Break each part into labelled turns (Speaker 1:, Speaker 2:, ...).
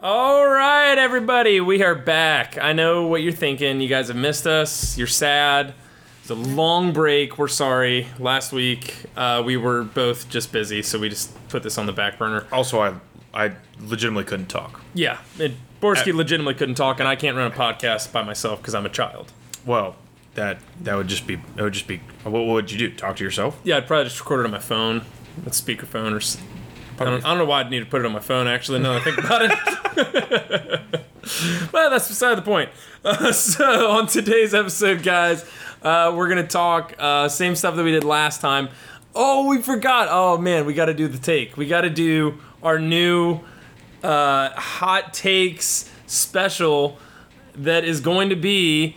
Speaker 1: All right, everybody, we are back. I know what you're thinking. You guys have missed us. You're sad. It's a long break. We're sorry. Last week, uh, we were both just busy, so we just put this on the back burner.
Speaker 2: Also, I I legitimately couldn't talk.
Speaker 1: Yeah, it, Borski legitimately couldn't talk, and I can't run a podcast by myself because I'm a child.
Speaker 2: Well, that that would just be that would just be what, what would you do? Talk to yourself?
Speaker 1: Yeah, I'd probably just record it on my phone, with speakerphone, or s- I don't, I don't know why I'd need to put it on my phone. Actually, now that I think about it. well, that's beside the point. Uh, so on today's episode, guys, uh, we're gonna talk uh, same stuff that we did last time. Oh, we forgot. Oh man, we got to do the take. We got to do our new uh, hot takes special that is going to be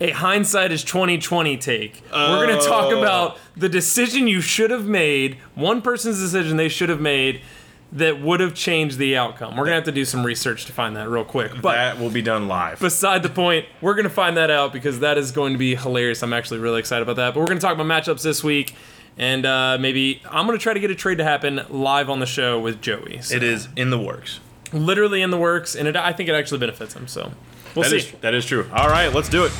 Speaker 1: a hindsight is 2020 take. We're going to talk about the decision you should have made, one person's decision they should have made that would have changed the outcome. We're going to have to do some research to find that real quick. But
Speaker 2: that will be done live.
Speaker 1: beside the point, we're going to find that out because that is going to be hilarious. I'm actually really excited about that. But we're going to talk about matchups this week. And uh, maybe I'm going to try to get a trade to happen live on the show with Joey. So
Speaker 2: it is in the works.
Speaker 1: literally in the works, and it, I think it actually benefits him. So we'll
Speaker 2: That
Speaker 1: see.
Speaker 2: is that is true. All right, let's do it.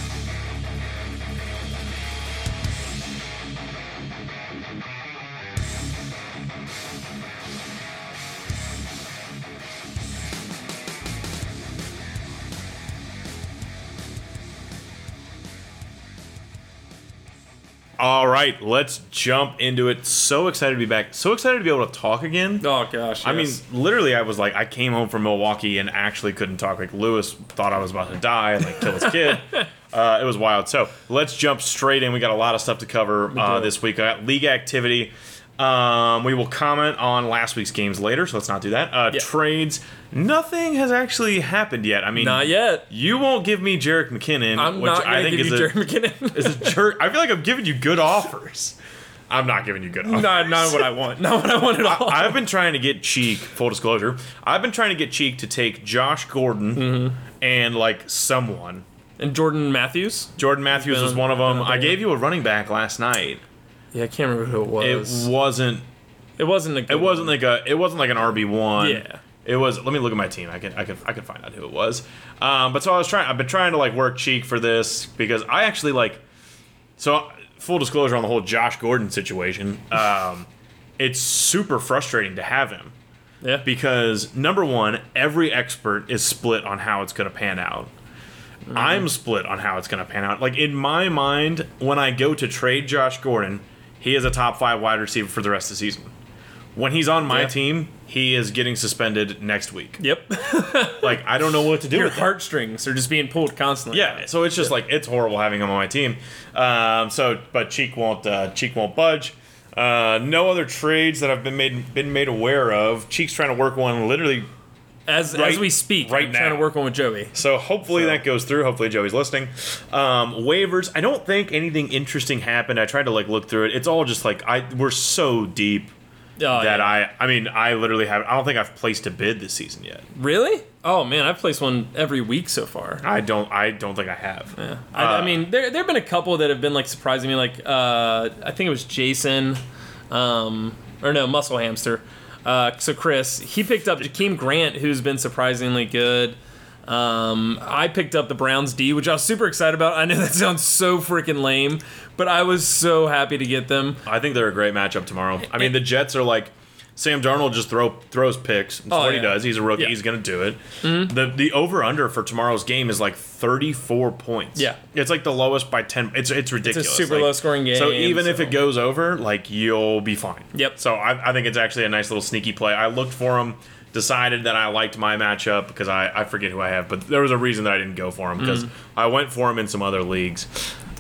Speaker 2: All right, let's jump into it. So excited to be back. So excited to be able to talk again.
Speaker 1: Oh gosh!
Speaker 2: I mean,
Speaker 1: yes.
Speaker 2: literally, I was like, I came home from Milwaukee and actually couldn't talk. Like Lewis thought I was about to die and like kill his kid. Uh, it was wild. So let's jump straight in. We got a lot of stuff to cover uh,
Speaker 1: do.
Speaker 2: this week. I got league activity. Um, we will comment on last week's games later, so let's not do that. Uh,
Speaker 1: Yeah.
Speaker 2: Trades. Nothing has actually happened yet. I mean,
Speaker 1: not yet.
Speaker 2: You won't give me Jarek McKinnon,
Speaker 1: I'm
Speaker 2: which
Speaker 1: not going
Speaker 2: I think
Speaker 1: give
Speaker 2: is
Speaker 1: you
Speaker 2: a,
Speaker 1: Jerry McKinnon.
Speaker 2: is a jerk. I feel like I'm giving you good offers. I'm not giving you good offers.
Speaker 1: not not what I want. Not what I want at all.
Speaker 2: I've been trying to get Cheek, full disclosure, I've been trying to get Cheek to take Josh Gordon
Speaker 1: Mm-hmm.
Speaker 2: and like someone.
Speaker 1: and Jordan Matthews.
Speaker 2: Jordan Matthews was
Speaker 1: been-
Speaker 2: one of
Speaker 1: been
Speaker 2: them.
Speaker 1: up
Speaker 2: I
Speaker 1: there.
Speaker 2: gave you a running back last night.
Speaker 1: Yeah, I can't remember who it
Speaker 2: It
Speaker 1: was. It,
Speaker 2: wasn't
Speaker 1: wasn't a. Good
Speaker 2: it wasn't like a it wasn't like an RB one.
Speaker 1: Yeah.
Speaker 2: It was let me look at my team. I can I can I can find out who it was. Um, but so I was trying I've been trying to like work cheek for this because I actually like so full disclosure on the whole Josh Gordon situation. Um, it's super frustrating to have him.
Speaker 1: One. Yeah.
Speaker 2: because number one, every expert is split on how it's going to pan out.
Speaker 1: Mm-hmm.
Speaker 2: I'm split on how it's going to pan out. Like in my mind, when I go to trade Josh Gordon, he is a top five wide receiver for the rest of the season. When he's on my
Speaker 1: Yeah.
Speaker 2: team, he is getting suspended next week.
Speaker 1: yep.
Speaker 2: Like I don't know what to do.
Speaker 1: Your
Speaker 2: with that.
Speaker 1: heartstrings are just being pulled constantly.
Speaker 2: Yeah, so it's just like it's horrible having him on my team. Um, so, but Cheek won't uh, Cheek won't budge. Uh, no other trades that I've been made been made aware of. Cheek's trying to work one literally
Speaker 1: As as
Speaker 2: Right-
Speaker 1: we speak,
Speaker 2: right
Speaker 1: I'm trying
Speaker 2: now.
Speaker 1: to work on with Joey.
Speaker 2: So hopefully
Speaker 1: So-
Speaker 2: that goes through. Hopefully Joey's listening. Um, waivers. I don't think anything interesting happened. I tried to like look through it. It's all just like I we're so deep
Speaker 1: Oh,
Speaker 2: that
Speaker 1: yeah.
Speaker 2: I I mean I literally have I don't think I've placed a bid this season yet.
Speaker 1: really? Oh man, I've placed one every week so far.
Speaker 2: I don't I don't think I have.
Speaker 1: I, I
Speaker 2: Uh,
Speaker 1: mean, there there have been a couple that have been like surprising me. Like uh, I think it was Jason, um, or no, Muscle Hamster. Uh, so Chris, he picked up Jakeem Grant, who's been surprisingly good. Um, I picked up the Browns D, which I was super excited about. I know that sounds so freaking lame, but I was so happy to get them.
Speaker 2: I think they're a great matchup tomorrow. I mean the Jets are like Sam Darnold just throw throws picks. That's
Speaker 1: Oh,
Speaker 2: what
Speaker 1: yeah.
Speaker 2: he does. He's a rookie.
Speaker 1: Yeah. Mm-hmm.
Speaker 2: He's gonna do it. The the over under for tomorrow's game is like thirty four points.
Speaker 1: Yeah.
Speaker 2: it's like the lowest by ten. It's it's ridiculous.
Speaker 1: super
Speaker 2: Like,
Speaker 1: low-scoring game,
Speaker 2: So even if
Speaker 1: so-
Speaker 2: it goes over, like you'll be fine.
Speaker 1: Yep.
Speaker 2: So I, I think it's actually a nice little sneaky play. I looked for him, decided that I liked my matchup because I I forget who I have, but there was a reason that I didn't go for him
Speaker 1: Mm.
Speaker 2: because I went for him in some other leagues.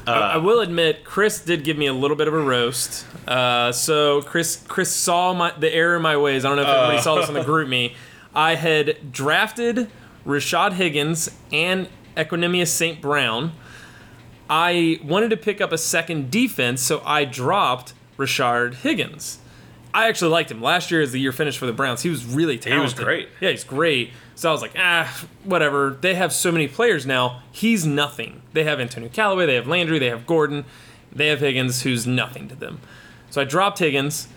Speaker 1: I will admit, Chris did give me a little bit of a roast. Uh, so Chris, Chris saw my the error in my ways. I don't know if everybody saw this on the group me. I had drafted Rashad Higgins and Equinemius St. Brown. I wanted to pick up a second defense, so I dropped Rashard Higgins. I actually liked him last year as the year finished for the Browns. He was really talented.
Speaker 2: was great.
Speaker 1: Yeah, he's great. So I was like, ah, whatever. They have so many players now. He's nothing. They have Antonio Callaway, they have Landry, they have Gordon, they have Higgins, who's nothing to them. So I dropped Higgins.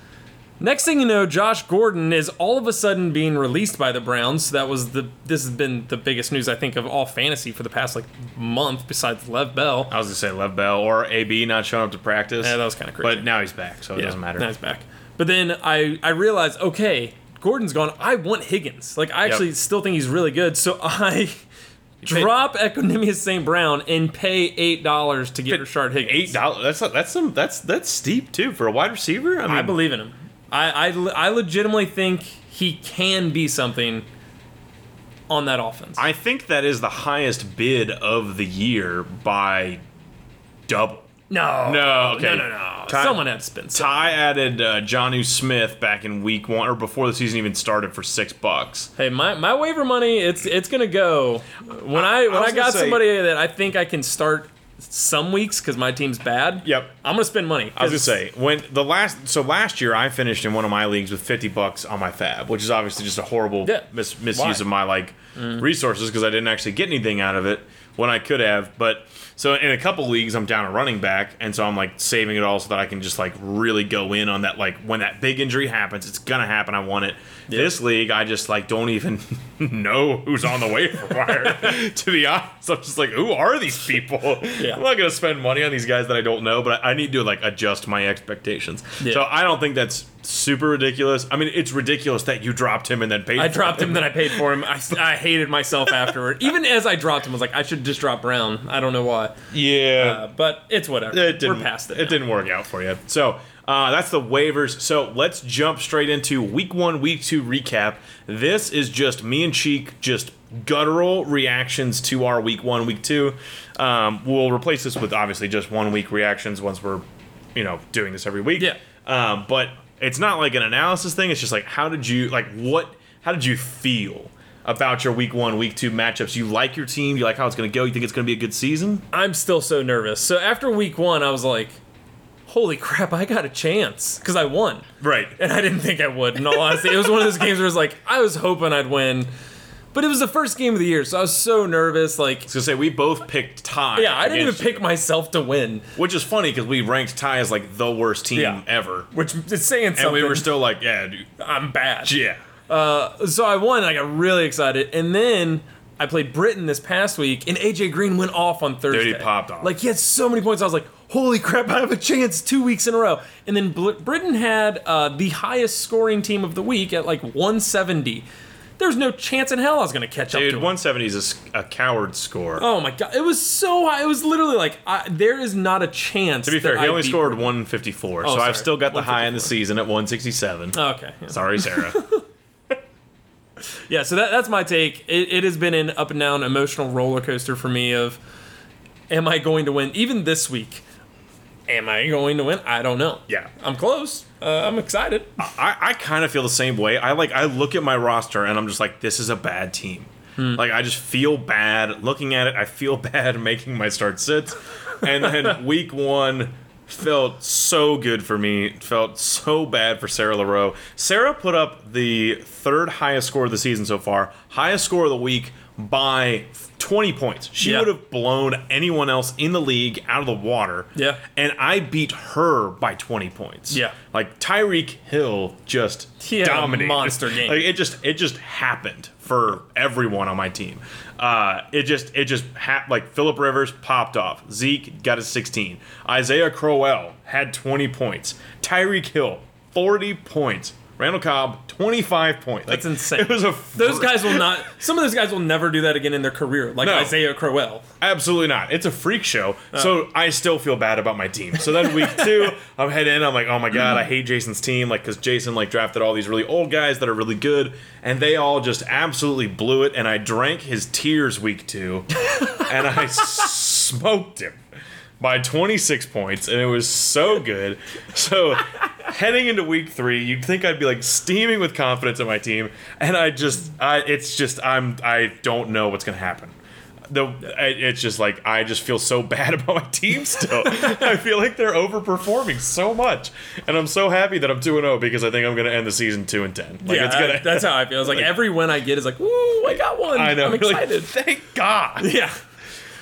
Speaker 1: Next thing you know, Josh Gordon is all of a sudden being released by the Browns. That was the this has been the biggest news I think of all fantasy for the past like month, besides Lev Bell.
Speaker 2: I was gonna say Lev Bell or AB not showing up to practice.
Speaker 1: Yeah, that was kinda crazy.
Speaker 2: But now he's back, so it doesn't matter.
Speaker 1: Now he's back. But then I I realized, okay, Gordon's gone. I want Higgins. Like I
Speaker 2: Yep.
Speaker 1: actually still think he's really good. So I
Speaker 2: pay-
Speaker 1: drop Equinemius St. Brown and pay eight dollars to get Rashard Higgins.
Speaker 2: Eight dollars. That's that's some that's that's steep too for a wide receiver. I mean,
Speaker 1: I believe in him. I, I le- I legitimately think he can be something on that offense.
Speaker 2: I think that is the highest bid of the year by double.
Speaker 1: no.
Speaker 2: No,
Speaker 1: No,
Speaker 2: okay.
Speaker 1: no, no.
Speaker 2: Ty-
Speaker 1: Someone had to spend. some.
Speaker 2: Ty added uh, Johnu Smith back in week one or before the season even started for six bucks.
Speaker 1: Hey, my, my waiver money, it's it's gonna go when I when
Speaker 2: I
Speaker 1: I,
Speaker 2: was gonna
Speaker 1: got
Speaker 2: say-
Speaker 1: somebody that I think I can start some weeks because my team's bad.
Speaker 2: Yep.
Speaker 1: I'm gonna spend money.
Speaker 2: I was gonna say when the last so last year I finished in one of my leagues with fifty bucks on my fab, which is obviously just a horrible
Speaker 1: Yeah.
Speaker 2: mis- misuse
Speaker 1: Why? Mm.
Speaker 2: of my like resources because I didn't actually get anything out of it when I could have. But so in a couple leagues I'm down a running back, and so I'm like saving it all so that I can just like really go in on that like when that big injury happens, it's gonna happen. I want it. This league I just like don't even know who's on the waiver wire. to be honest, I'm just like who are these people?
Speaker 1: Yeah.
Speaker 2: I'm not gonna spend money on these guys that I don't know, but I, I need to like adjust my expectations.
Speaker 1: Yeah.
Speaker 2: So I don't think that's super ridiculous. I mean, it's ridiculous that you dropped him and then paid.
Speaker 1: I
Speaker 2: for
Speaker 1: dropped him, then I paid for him. I, I hated myself afterward. Even as I dropped him, I was like, I should just drop Brown. I don't know why, uh,
Speaker 2: Yeah,
Speaker 1: but it's whatever.
Speaker 2: it didn't.
Speaker 1: We're past it.
Speaker 2: It
Speaker 1: now.
Speaker 2: didn't work out for you. So uh, that's the waivers. So let's jump straight into week one, week two recap. This is just me and Cheek just guttural reactions to our week one, week two. Um, we'll replace this with obviously just one week reactions once we're, you know, doing this every week.
Speaker 1: Yeah.
Speaker 2: Um, but it's not like an analysis thing. It's just like how did you like what? How did you feel about your week one, week two matchups? You like your team? You like how it's going to go? You think it's going to be a good season?
Speaker 1: I'm still so nervous. So after week one, I was like, holy crap, I got a chance because I won.
Speaker 2: Right.
Speaker 1: And I didn't think I would, in all honesty. it was one of those games where it was like, I was hoping I'd win. But it was the first game of the year, so I was so nervous. Like,
Speaker 2: was gonna say we both picked Ty.
Speaker 1: yeah, I didn't even
Speaker 2: against
Speaker 1: pick
Speaker 2: you,
Speaker 1: myself to win,
Speaker 2: which is funny because we ranked Ty as like the worst team
Speaker 1: Yeah.
Speaker 2: ever,
Speaker 1: which is saying something.
Speaker 2: and we were still like, yeah, dude,
Speaker 1: I'm bad.
Speaker 2: yeah.
Speaker 1: So I won, and I got really excited. And then I played Britain this past week, and AJ Green went off on Thursday.
Speaker 2: popped off.
Speaker 1: Like he had so many points. I was like, "Holy crap! I have a chance!" Two weeks in a row. And then Bl- Britain had uh, the highest scoring team of the week at like 170. There's no chance in hell I was gonna catch up to
Speaker 2: Dude,
Speaker 1: him.
Speaker 2: 170 is a s- a, coward score.
Speaker 1: Oh my god, it was so high. It was literally like I, there is not a chance.
Speaker 2: to be fair,
Speaker 1: that
Speaker 2: he
Speaker 1: I
Speaker 2: only
Speaker 1: beat-
Speaker 2: scored 154, so
Speaker 1: sorry. Oh.
Speaker 2: I've still got the high in the season at 167.
Speaker 1: Okay. yeah.
Speaker 2: Sorry, Sarah.
Speaker 1: Yeah, so that, that's my take. It, it has been an up and down emotional roller coaster for me of am I going to win? Even this week, am I going to win? I don't know.
Speaker 2: Yeah.
Speaker 1: I'm close. Uh, I'm excited.
Speaker 2: I, I kind of feel the same way. I like I look at my roster and I'm just like, this is a bad team.
Speaker 1: Hmm.
Speaker 2: Like I just feel bad looking at it. I feel bad making my start sits, and then week one felt so good for me. Felt so bad for Sarah Laroe. Sarah put up the third highest score of the season so far, highest score of the week by 20 points. She
Speaker 1: Yeah.
Speaker 2: would have blown anyone else in the league out of the water.
Speaker 1: Yeah.
Speaker 2: and I beat her by 20 points.
Speaker 1: Yeah.
Speaker 2: Like Tyreek Hill just
Speaker 1: He had a
Speaker 2: dominated.
Speaker 1: monster game.
Speaker 2: Like it just it just happened for everyone on my team. Uh, it just it just ha- like Philip Rivers popped off. Zeke got his 16. Isaiah Crowell had 20 points. Tyreek Hill 40 points. Randall Cobb 25 points.
Speaker 1: That's
Speaker 2: Like,
Speaker 1: insane.
Speaker 2: It was a
Speaker 1: Those
Speaker 2: fr-
Speaker 1: guys will not, some of those guys will never do that again in their career, like
Speaker 2: No.
Speaker 1: Isaiah Crowell.
Speaker 2: Absolutely not. It's a freak show. So I still feel bad about my team. So then week two, I'm heading in. I'm like, oh my god, I hate Jason's team. Like, because Jason like drafted all these really old guys that are really good, and they all just absolutely blew it. And I drank his tears week two, and I smoked him by 26 points, and it was so good. So heading into week three, you'd think I'd be like steaming with confidence in my team, and I just, I, it's just, I'm, I don't know what's gonna happen. The, I, it's just like I just feel so bad about my team still. I feel like they're overperforming so much, and I'm so happy that I'm two and zero because I think I'm gonna end the season two and ten. Like
Speaker 1: yeah,
Speaker 2: it's gonna.
Speaker 1: I- that's how I feel. It's like every win I get is like, ooh, I got one.
Speaker 2: I know.
Speaker 1: I'm
Speaker 2: Like,
Speaker 1: excited.
Speaker 2: Thank God. Uh,
Speaker 1: yeah.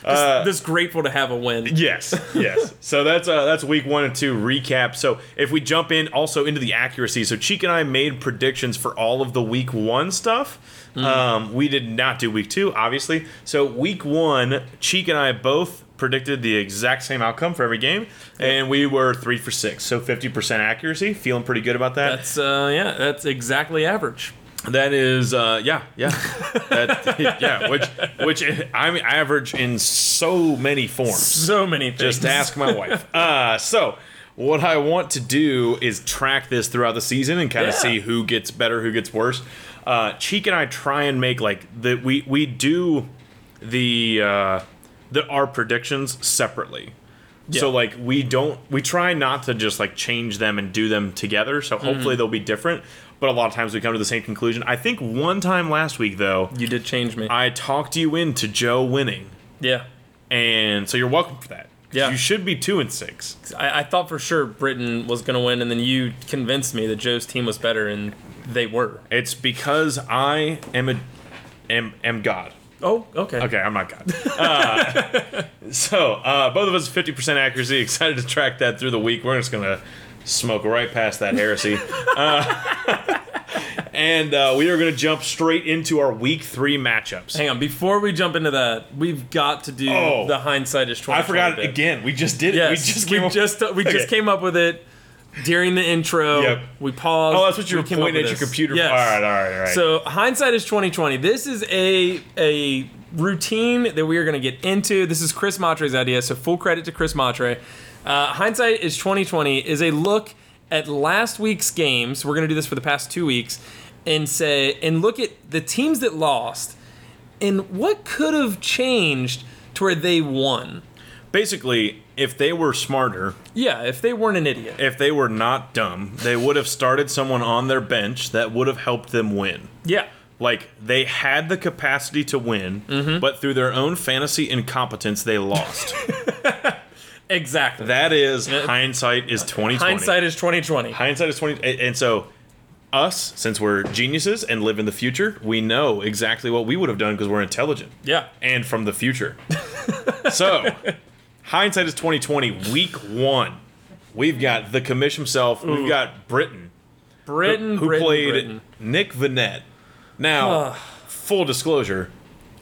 Speaker 1: Just, just grateful to have a win.
Speaker 2: Yes, yes. so that's uh, that's week one and two recap. So if we jump in also into the accuracy, so Cheek and I made predictions for all of the week one stuff. Um, we did not do week two, obviously. So week one, Cheek and I both predicted the exact same outcome for every game, and we were three for six, so fifty percent accuracy. Feeling pretty good about that.
Speaker 1: That's uh, yeah, that's exactly average.
Speaker 2: That is, uh, yeah, yeah, that, yeah. Which, which I'm average in so many forms.
Speaker 1: So many things.
Speaker 2: Just ask my wife. Uh, so, what I want to do is track this throughout the season and kind
Speaker 1: Yeah.
Speaker 2: of see who gets better, who gets worse. Uh, Cheek and I try and make like the we we do the uh, the our predictions separately. So
Speaker 1: Yeah.
Speaker 2: like we don't we try not to just like change them and do them together. So
Speaker 1: Mm-hmm.
Speaker 2: hopefully they'll be different. But a lot of times we come to the same conclusion. I think one time last week though,
Speaker 1: You did change me.
Speaker 2: I talked you into Joe winning.
Speaker 1: yeah.
Speaker 2: And so you're welcome for that. 'Cause
Speaker 1: Yeah.
Speaker 2: You should be two and six.
Speaker 1: I, I thought for sure Britain was going to win, and then you convinced me that Joe's team was better, and they were.
Speaker 2: It's because I am a am am God.
Speaker 1: Oh, okay.
Speaker 2: Okay, I'm not God. Uh, so uh, both of us 50% accuracy. Excited to track that through the week. We're just gonna smoke right past that heresy. Uh, and uh, we are gonna jump straight into our week three matchups.
Speaker 1: Hang on. Before we jump into that, we've got to do
Speaker 2: Oh.
Speaker 1: the hindsight is twenty.
Speaker 2: I forgot it
Speaker 1: bit.
Speaker 2: again. We just did it.
Speaker 1: Yes,
Speaker 2: we just came up-
Speaker 1: just uh, we just
Speaker 2: Okay.
Speaker 1: came up with it during the intro.
Speaker 2: Yep.
Speaker 1: We paused.
Speaker 2: Oh, that's what you
Speaker 1: we
Speaker 2: were
Speaker 1: came up
Speaker 2: pointing
Speaker 1: with
Speaker 2: at your
Speaker 1: this.
Speaker 2: computer.
Speaker 1: Yes.
Speaker 2: All right, all right, all right.
Speaker 1: So hindsight is twenty twenty. This is a a routine that we are going to get into. This is Chris Matre's idea, so full credit to Chris Matre. Uh, hindsight is twenty twenty is a look at last week's games. We're going to do this for the past two weeks, and say and look at the teams that lost, and what could have changed to where they won.
Speaker 2: basically, if they were smarter,
Speaker 1: Yeah, if they weren't an idiot.
Speaker 2: if they were not dumb, they would have started someone on their bench that would have helped them win.
Speaker 1: Yeah.
Speaker 2: Like they had the capacity to win, but through their own fantasy incompetence, they lost.
Speaker 1: Exactly.
Speaker 2: that is hindsight is twenty twenty.
Speaker 1: Hindsight is twenty twenty.
Speaker 2: hindsight is twenty. a- And so, us, since we're geniuses and live in the future, we know exactly what we would have done because we're intelligent
Speaker 1: Yeah.
Speaker 2: and from the future. so, hindsight is twenty twenty. Week one, we've got the commish himself. We've got Britain.
Speaker 1: Britain,
Speaker 2: who
Speaker 1: Britain,
Speaker 2: played
Speaker 1: Britain.
Speaker 2: Nick Vinette. Now,
Speaker 1: Ugh.
Speaker 2: full disclosure,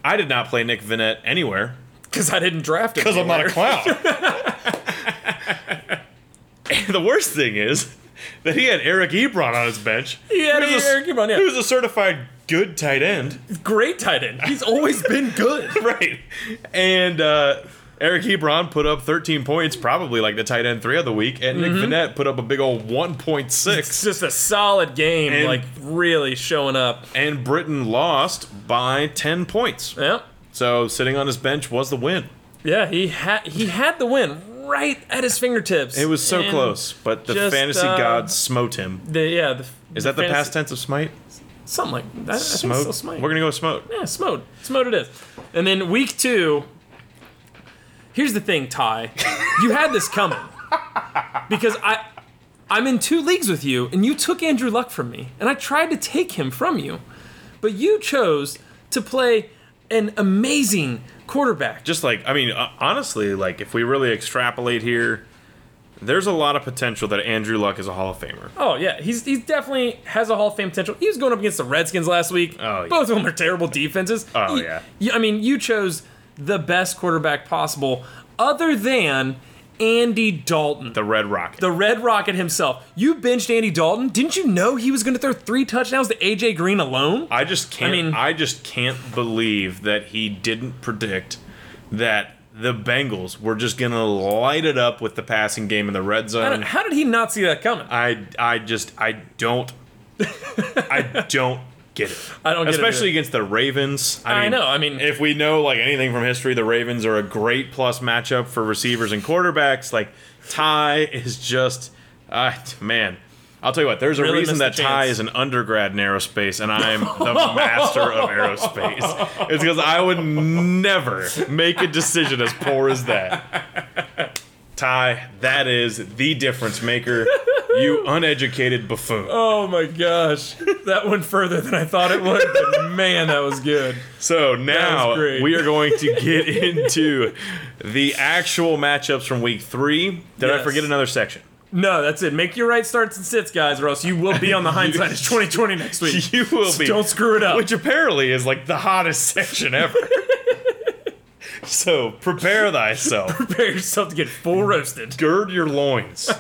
Speaker 2: I did not play Nick Vinette anywhere
Speaker 1: Because I didn't draft him.
Speaker 2: clown. and the worst thing is that he had Eric Ebron on his bench.
Speaker 1: He had
Speaker 2: who's
Speaker 1: Eric Ebron, yeah.
Speaker 2: Who's a certified good tight end,
Speaker 1: Great tight end. He's always been good.
Speaker 2: right? And uh, Eric Ebron put up 13 points, probably like the tight end three of the week, and Nick
Speaker 1: Mm-hmm.
Speaker 2: Vinette put up a big old 1.6.
Speaker 1: It's just a solid game,
Speaker 2: And-
Speaker 1: like really showing up.
Speaker 2: and Britain lost by 10 points.
Speaker 1: Yeah.
Speaker 2: So sitting on his bench was the win.
Speaker 1: Yeah, he had he had the win right at his fingertips.
Speaker 2: It was so
Speaker 1: And
Speaker 2: close, but the
Speaker 1: just,
Speaker 2: fantasy
Speaker 1: uh,
Speaker 2: gods smote him.
Speaker 1: The, yeah. The,
Speaker 2: Is that the
Speaker 1: fantasy-
Speaker 2: past tense of smite?
Speaker 1: Something like that. I think
Speaker 2: Smote.
Speaker 1: so, smite.
Speaker 2: We're gonna go with smote.
Speaker 1: Yeah, Smode. Smode it is. And then week two. Here's the thing, Ty. You had this coming. Because I I'm in two leagues with you, and you took Andrew Luck from me, and I tried to take him from you. But you chose to play an amazing quarterback.
Speaker 2: Just like I mean, uh, honestly, like if we really extrapolate here, there's a lot of potential that Andrew Luck is a Hall of Famer.
Speaker 1: Oh yeah, he's he's definitely has a Hall of Fame potential. He was going up against the Redskins last week.
Speaker 2: Oh, yeah.
Speaker 1: both of them are terrible defenses.
Speaker 2: Oh,
Speaker 1: You-
Speaker 2: yeah.
Speaker 1: you- I mean, you chose the best quarterback possible, other than Andy Dalton,
Speaker 2: The Red Rocket.
Speaker 1: the Red Rocket himself. You benched Andy Dalton. Didn't you know he was going to throw three touchdowns to AJ Green alone?
Speaker 2: I just can't. I,
Speaker 1: mean-
Speaker 2: just can't believe that he didn't predict that the Bengals were just gonna light it up with the passing game in the red
Speaker 1: I
Speaker 2: zone.
Speaker 1: don't- How did he not see that coming?
Speaker 2: I I just I don't I don't get it.
Speaker 1: I don't get it
Speaker 2: especially
Speaker 1: either.
Speaker 2: against the Ravens.
Speaker 1: I
Speaker 2: I, mean,
Speaker 1: know, I mean-
Speaker 2: if we know like anything from history, the Ravens are a great plus matchup for receivers and quarterbacks. Like Ty is just uh, man. I'll tell you what. There's a
Speaker 1: Really
Speaker 2: reason that
Speaker 1: missed the
Speaker 2: Ty
Speaker 1: chance.
Speaker 2: is an undergrad in aerospace, and I'm the master of aerospace. It's because I would never make a decision as poor as that. Ty, that is the difference maker. You uneducated buffoon.
Speaker 1: Oh my gosh, that went further than I thought it would. But man, that was good.
Speaker 2: So now
Speaker 1: was great.
Speaker 2: we are going to get into the actual matchups from week three. Did I
Speaker 1: Yes.
Speaker 2: forget another section?
Speaker 1: No, that's it. Make your right starts and sits, guys, or else you will be on the hindsight. It's 2020 next week.
Speaker 2: You will be.
Speaker 1: Don't screw it up.
Speaker 2: Which apparently is like the hottest section ever. so prepare thyself.
Speaker 1: Prepare yourself to get full roasted.
Speaker 2: gird your loins.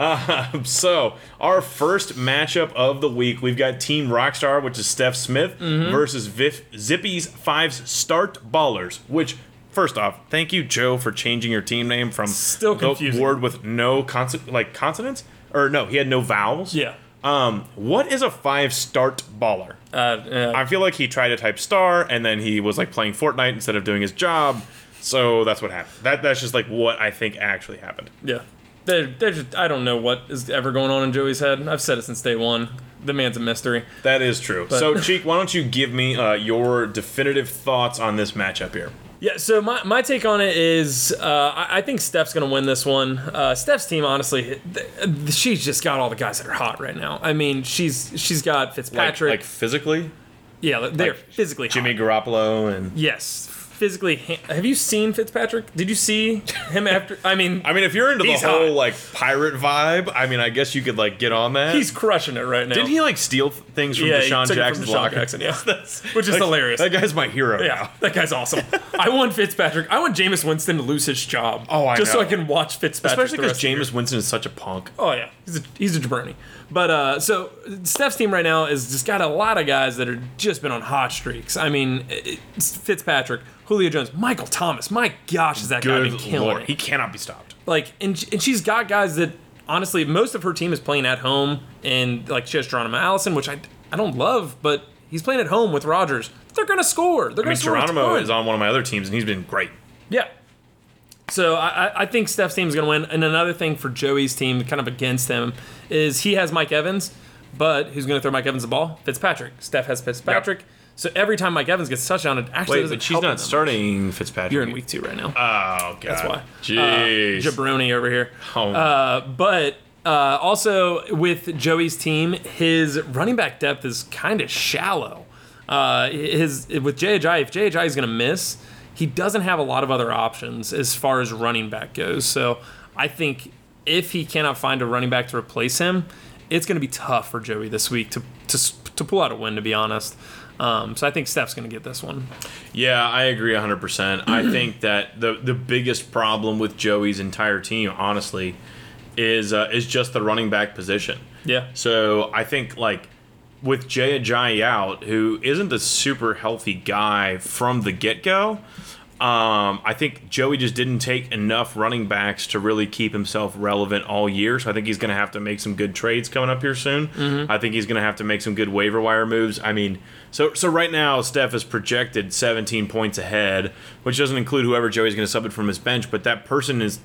Speaker 2: Um, so, our first matchup of the week, we've got Team Rockstar, which is Steph Smith,
Speaker 1: Mm-hmm.
Speaker 2: versus Vif- Zippy's Fives Start Ballers, which, first off, thank you, Joe, for changing your team name from
Speaker 1: Still
Speaker 2: the
Speaker 1: confusing.
Speaker 2: word with no conse- like consonants? Or no, he had no vowels?
Speaker 1: Yeah.
Speaker 2: Um, what is a five start baller?
Speaker 1: Uh, uh,
Speaker 2: I feel like he tried to type star and then he was like playing Fortnite instead of doing his job. So that's what happened. That that's just like what I think actually happened.
Speaker 1: yeah. They're, they're just, I don't know what is ever going on in Joey's head. I've said it since day one. The man's a mystery.
Speaker 2: That is true. so, Cheek, why don't you give me uh, your definitive thoughts on this matchup here?
Speaker 1: Yeah, so my, my take on it is uh, I, I think Steph's going to win this one. Uh, Steph's team, honestly, th- th- she's just got all the guys that are hot right now. I mean, she's she's got
Speaker 2: Like,
Speaker 1: Fitzpatrick.
Speaker 2: like physically,
Speaker 1: yeah, they're
Speaker 2: like
Speaker 1: physically hot.
Speaker 2: Jimmy Garoppolo, and
Speaker 1: Yes, physically. Ha- have you seen Fitzpatrick? Did you see him after? I mean,
Speaker 2: I mean, if you're into the
Speaker 1: He's
Speaker 2: whole
Speaker 1: hot.
Speaker 2: like pirate vibe, I mean, I guess you could like get on that.
Speaker 1: he's crushing it right now.
Speaker 2: didn't he like steal th- things from
Speaker 1: Yeah, he
Speaker 2: Deshaun
Speaker 1: took it from
Speaker 2: Jackson's
Speaker 1: Deshaun
Speaker 2: locker?
Speaker 1: Jackson, yeah.
Speaker 2: That's-
Speaker 1: Which is
Speaker 2: like,
Speaker 1: hilarious.
Speaker 2: That guy's my hero.
Speaker 1: Yeah, that guy's awesome. I want Fitzpatrick. I want Jameis Winston to lose his job.
Speaker 2: Oh, I
Speaker 1: just
Speaker 2: know.
Speaker 1: so I can watch Fitzpatrick.
Speaker 2: especially
Speaker 1: the
Speaker 2: because
Speaker 1: rest of the year.
Speaker 2: Jameis Winston is such a punk.
Speaker 1: Oh yeah, he's a, he's a jabroni. But uh, so Steph's team right now is just got a lot of guys that are just been on hot streaks. I mean, it- it's Fitzpatrick, Julio Jones, Michael Thomas. My gosh, is that guy been
Speaker 2: Good
Speaker 1: killing
Speaker 2: lord,
Speaker 1: it.
Speaker 2: he cannot be stopped.
Speaker 1: like and, sh- and she's got guys that honestly most of her team is playing at home and like she has Geronimo Allison which I I don't love but he's playing at home with Rogers they're gonna score they're
Speaker 2: I
Speaker 1: gonna
Speaker 2: mean,
Speaker 1: score a
Speaker 2: Geronimo
Speaker 1: ton.
Speaker 2: is on one of my other teams, and he's been great.
Speaker 1: yeah so I, I- I think Steph's team is gonna win and another thing for Joey's team kind of against him is he has Mike Evans but who's gonna throw Mike Evans the ball Fitzpatrick Steph has Fitzpatrick so every time Mike Evans gets touched on it actually
Speaker 2: Wait,
Speaker 1: doesn't
Speaker 2: but she's
Speaker 1: help
Speaker 2: not
Speaker 1: them.
Speaker 2: starting Fitzpatrick.
Speaker 1: you're in week two right now
Speaker 2: Oh god, that's
Speaker 1: why. Uh,
Speaker 2: Jeez.
Speaker 1: jabroni over here
Speaker 2: Oh,
Speaker 1: But uh, also with Joey's team, his running back depth is kind of shallow. Uh, his with JHI, if JHI is going to miss, he doesn't have a lot of other options as far as running back goes. So I think if he cannot find a running back to replace him, it's going to be tough for Joey this week to to, s- to pull out a win. To be honest. Um, so I think Steph's going to get this one.
Speaker 2: Yeah, I agree 100%. I think that the the biggest problem with Joey's entire team, honestly, is uh, is just the running back position.
Speaker 1: Yeah.
Speaker 2: So I think like with Jay Ajayi out, who isn't a super healthy guy from the get go, um, I think Joey just didn't take enough running backs to really keep himself relevant all year. So I think he's going to have to make some good trades coming up here soon. I think he's going to have to make some good waiver wire moves. I mean, so so right now Steph is projected 17 points ahead, which doesn't include whoever Joey's going to sub it from his bench. But that person is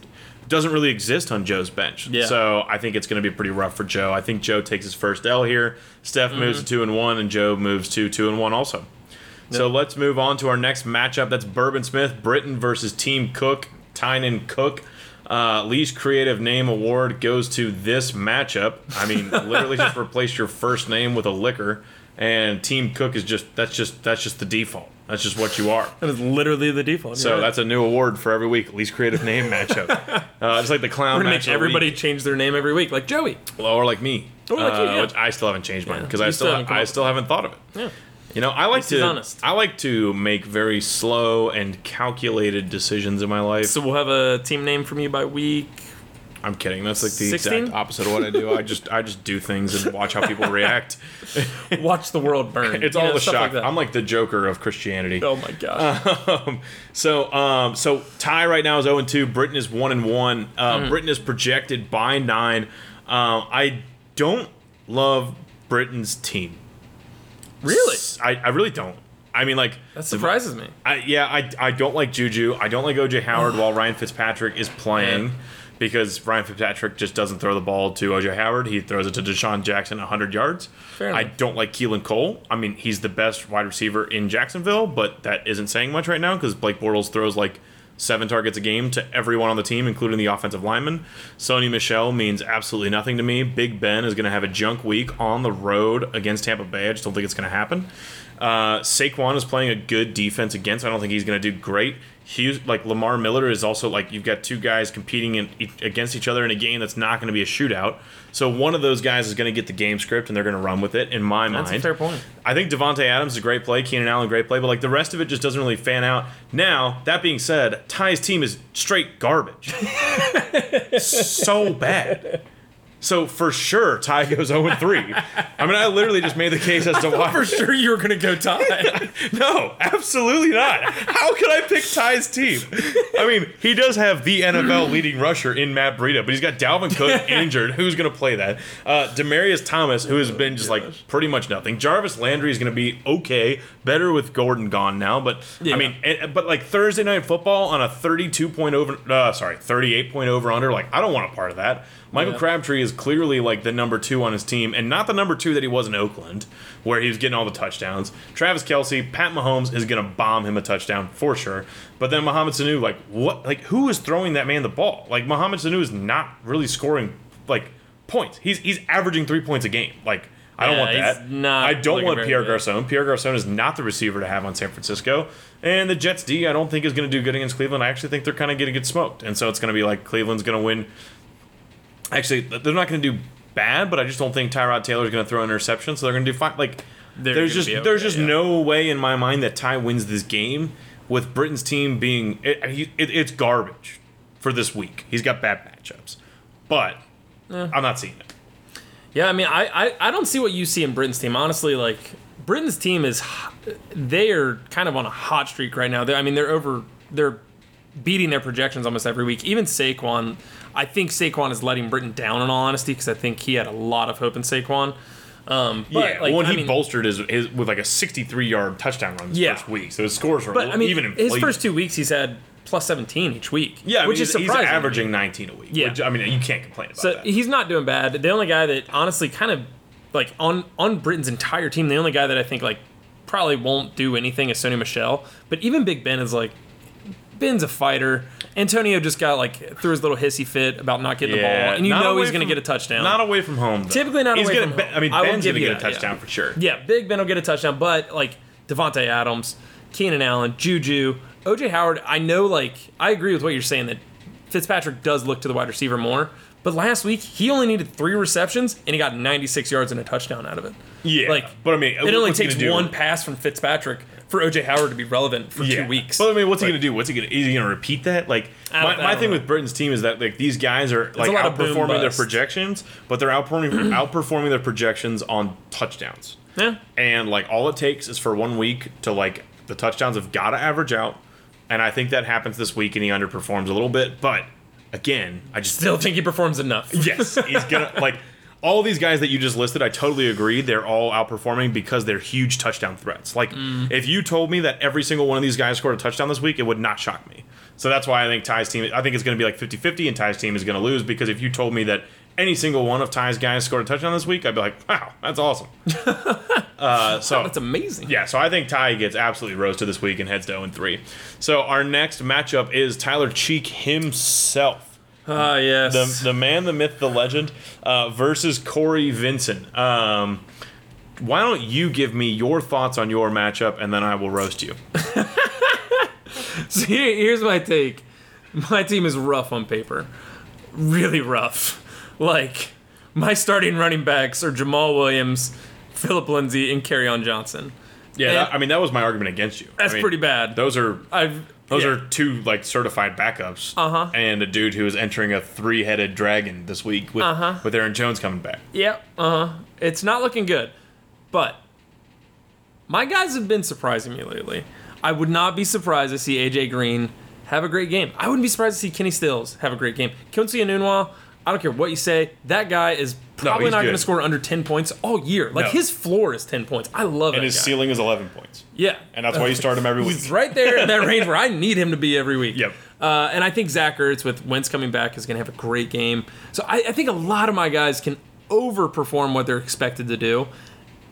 Speaker 2: doesn't really exist on Joe's bench.
Speaker 1: Yeah.
Speaker 2: So so I think it's going to be pretty rough for Joe. I think Joe takes his first L here. Steph moves to two and one, and Joe moves to two and one also. So let's move on to our next matchup. That's Bourbon Smith, Britain versus Team Cook, Tynan Cook. Uh, least creative name award goes to this matchup. I mean, literally just replace your first name with a liquor, and Team Cook is just that's just that's just the default. That's just what you are.
Speaker 1: That is literally the default.
Speaker 2: So that's a new award for every week. Least creative name matchup. Uh, just like the clown.
Speaker 1: we're gonna
Speaker 2: match of
Speaker 1: make
Speaker 2: the week.
Speaker 1: everybody change their name every week, like Joey.
Speaker 2: Well, or like me. Uh,
Speaker 1: Or like you, yeah.
Speaker 2: which I still haven't changed mine
Speaker 1: Yeah,
Speaker 2: because
Speaker 1: you
Speaker 2: I
Speaker 1: still
Speaker 2: still,
Speaker 1: haven't come
Speaker 2: I
Speaker 1: up
Speaker 2: still haven't thought of it.
Speaker 1: Yeah.
Speaker 2: You know, I like
Speaker 1: he's
Speaker 2: to
Speaker 1: honest.
Speaker 2: I like to make very slow and calculated decisions in my life.
Speaker 1: So we'll have a team name from you by week.
Speaker 2: I'm kidding. That's like the
Speaker 1: 16?
Speaker 2: exact opposite of what I do. I just I just do things and watch how people react.
Speaker 1: Watch the world burn.
Speaker 2: It's
Speaker 1: You
Speaker 2: all
Speaker 1: know,
Speaker 2: the
Speaker 1: stuff
Speaker 2: shock.
Speaker 1: Like that.
Speaker 2: I'm like the Joker of Christianity.
Speaker 1: oh my gosh.
Speaker 2: um, so um, so Ty right now is 0 and 2. Britain is 1 and 1. Uh,
Speaker 1: Mm-hmm.
Speaker 2: Britain is projected by 9. Um, I don't love Britain's team.
Speaker 1: really?
Speaker 2: S- I, I really don't. I mean, like,
Speaker 1: That surprises me.
Speaker 2: I, yeah, I, I don't like Juju. I don't like OJ Howard while Ryan Fitzpatrick is playing because Ryan Fitzpatrick just doesn't throw the ball to OJ Howard. He throws it to Deshaun Jackson 100 yards.
Speaker 1: Fair
Speaker 2: I
Speaker 1: enough.
Speaker 2: don't like Keelan Cole. I mean, he's the best wide receiver in Jacksonville, but that isn't saying much right now because Blake Bortles throws like seven targets a game to everyone on the team, including the offensive lineman. Sony Michelle means absolutely nothing to me. Big Ben is going to have a junk week on the road against Tampa Bay. I just don't think it's going to happen. Uh, Saquon is playing a good defense against. I don't think he's going to do great. Hughes, like Lamar Miller is also like you've got two guys competing in, e- against each other in a game that's not going to be a shootout. So one of those guys is going to get the game script and they're going to run with it. In my
Speaker 1: That's
Speaker 2: mind,
Speaker 1: a fair point.
Speaker 2: I think Devonte Adams is a great play, Keenan Allen great play, but like the rest of it just doesn't really fan out. Now that being said, Ty's team is straight garbage, so bad. So for sure, Ty goes 0 3. I mean, I literally just made the case as to why.
Speaker 1: For sure, you were gonna go tie.
Speaker 2: No, absolutely not. How could I pick Ty's team? I mean, he does have the NFL leading rusher in Matt Breida, but he's got Dalvin Cook injured. Who's going to play that? Uh, Demarius Thomas, who has been just like pretty much nothing. Jarvis Landry is going to be okay, better with Gordon gone now. But
Speaker 1: Yeah.
Speaker 2: I mean, and, but like Thursday night football on a 32 point over, uh, sorry, 38 point over under. Like, I don't want a part of that. Michael
Speaker 1: Yeah.
Speaker 2: Crabtree is clearly like the number two on his team, and not the number two that he was in Oakland, where he was getting all the touchdowns. Travis Kelsey, Pat Mahomes is gonna bomb him a touchdown for sure. But then Mohamed Sanu, like what? Like who is throwing that man the ball? Like Mohamed Sanu is not really scoring like points. He's he's averaging three points a game. Like I don't
Speaker 1: Yeah,
Speaker 2: want
Speaker 1: he's
Speaker 2: that.
Speaker 1: not
Speaker 2: I don't
Speaker 1: looking
Speaker 2: want
Speaker 1: very
Speaker 2: Pierre
Speaker 1: good.
Speaker 2: Garcon. Pierre Garcon is not the receiver to have on San Francisco. And the Jets D, I don't think is going to do good against Cleveland. I actually think they're kind of going to get smoked. And so it's going to be like Cleveland's going to win. Actually, th- they're not going to do bad, but I just don't think Tyrod Taylor's going to throw an interception. So they're going to do fine. Like
Speaker 1: They're
Speaker 2: there's
Speaker 1: gonna
Speaker 2: just
Speaker 1: be okay,
Speaker 2: there's just
Speaker 1: yeah.
Speaker 2: no way in my mind that Ty wins this game with Britain's team being it, I mean, it, it's garbage for this week. He's got bad matchups, but
Speaker 1: Eh.
Speaker 2: I'm not seeing it.
Speaker 1: yeah, I mean, I, I I don't see what you see in Britain's team. Honestly, like Britain's team is, h- they are kind of on a hot streak right now. They're, I mean, they're over, they're beating their projections almost every week. Even Saquon, I think Saquon is letting Britain down in all honesty because I think he had a lot of hope in Saquon. Um, but,
Speaker 2: yeah,
Speaker 1: like,
Speaker 2: well, and
Speaker 1: I
Speaker 2: he
Speaker 1: mean-
Speaker 2: bolstered his, his with like a 63 yard touchdown run his
Speaker 1: Yeah.
Speaker 2: first week, so his scores were
Speaker 1: But I mean,
Speaker 2: even
Speaker 1: his
Speaker 2: inflated.
Speaker 1: first two weeks, he's had plus 17 each week.
Speaker 2: yeah, I mean,
Speaker 1: which is
Speaker 2: he's-
Speaker 1: surprising.
Speaker 2: He's averaging 19 a week.
Speaker 1: Yeah.
Speaker 2: which, I mean, you can't complain about
Speaker 1: So
Speaker 2: that.
Speaker 1: he's not doing bad. The only guy that honestly kind of like on on Britain's entire team, the only guy that I think like probably won't do anything is Sony Michelle. But even Big Ben is like Ben's a fighter. Antonio just got like threw his little hissy fit about not getting the ball, and you
Speaker 2: not
Speaker 1: know
Speaker 2: away
Speaker 1: he's going to
Speaker 2: from-
Speaker 1: get a touchdown.
Speaker 2: Not away from home. Though.
Speaker 1: Typically not
Speaker 2: he's
Speaker 1: away
Speaker 2: gonna,
Speaker 1: from
Speaker 2: be-
Speaker 1: home.
Speaker 2: I mean,
Speaker 1: I will
Speaker 2: Ben's
Speaker 1: give
Speaker 2: gonna
Speaker 1: you
Speaker 2: get a
Speaker 1: that, yeah.
Speaker 2: touchdown for sure.
Speaker 1: yeah, Big Ben will get a touchdown, but like Devontae Adams, Keenan Allen, Juju, OJ Howard, I know like I agree with what you're saying that Fitzpatrick does look to the wide receiver more, but last week he only needed three receptions and he got 96 yards and a touchdown out of it.
Speaker 2: Yeah,
Speaker 1: Like
Speaker 2: but I mean,
Speaker 1: it only
Speaker 2: what's he
Speaker 1: takes
Speaker 2: gonna do?
Speaker 1: one pass from Fitzpatrick for OJ Howard to be relevant for two weeks.
Speaker 2: But I mean, what's he gonna do? What's he gonna? Is he gonna repeat that? Like
Speaker 1: I
Speaker 2: my,
Speaker 1: don't- I
Speaker 2: my
Speaker 1: don't
Speaker 2: thing
Speaker 1: know.
Speaker 2: with Britain's team is that like these guys are like
Speaker 1: a lot of boom
Speaker 2: outperforming their
Speaker 1: bust.
Speaker 2: projections, but they're outperforming outperforming their projections on touchdowns.
Speaker 1: Yeah.
Speaker 2: And like all it takes is for one week to like the touchdowns have got to average out, and I think that happens this week, and he underperforms a little bit. But again, I just
Speaker 1: Still think he performs enough.
Speaker 2: Yes, he's gonna like all these guys that you just listed. I totally agree. They're all outperforming because they're huge touchdown threats. Like if you told me that every single one of these guys scored a touchdown this week, it would not shock me. So that's why I think Ty's team. I think it's going to be like 50-50 and Ty's team is going to lose because if you told me that any single one of Ty's guys scored a touchdown this week, I'd be like, wow, that's awesome. uh, so
Speaker 1: That's amazing.
Speaker 2: yeah, so I think Ty gets absolutely roasted this week and heads to 0 3. So our next matchup is Tyler Cheek himself
Speaker 1: Ah, yes.
Speaker 2: the, the man, the myth, the legend, uh, versus Corey Vincent. Um, why don't you give me your thoughts on your matchup, and then I will roast you.
Speaker 1: So here- here's my take. My team is rough on paper. Really rough. Like, my starting running backs are Jamal Williams, Philip Lindsay, and on Johnson.
Speaker 2: Yeah,
Speaker 1: And-
Speaker 2: that- I mean that was my argument against you.
Speaker 1: That's
Speaker 2: I mean,
Speaker 1: pretty bad.
Speaker 2: Those are
Speaker 1: I've
Speaker 2: those
Speaker 1: yeah.
Speaker 2: are two like certified backups,
Speaker 1: Uh-huh.
Speaker 2: and a dude who is entering a three-headed dragon this week with
Speaker 1: Uh-huh.
Speaker 2: with Aaron Jones coming back.
Speaker 1: Yep. Uh huh. It's not looking good. But my guys have been surprising me lately. I would not be surprised to see AJ Green have a great game. I wouldn't be surprised to see Kenny Stills have a great game. Quincy Anunwa, I don't care what you say, that guy is probably
Speaker 2: he's
Speaker 1: not going
Speaker 2: good.
Speaker 1: to score under 10 points all year. Like
Speaker 2: No.
Speaker 1: his floor is 10 points. I love
Speaker 2: And
Speaker 1: that
Speaker 2: his
Speaker 1: guy.
Speaker 2: ceiling is 11 points,
Speaker 1: Yeah.
Speaker 2: and that's why you start him every week.
Speaker 1: He's right there in that range where I need him to be every week.
Speaker 2: Yep.
Speaker 1: Uh, and I think Zach Ertz with Wentz coming back is going to have a great game. So I, I think a lot of my guys can overperform what they're expected to do.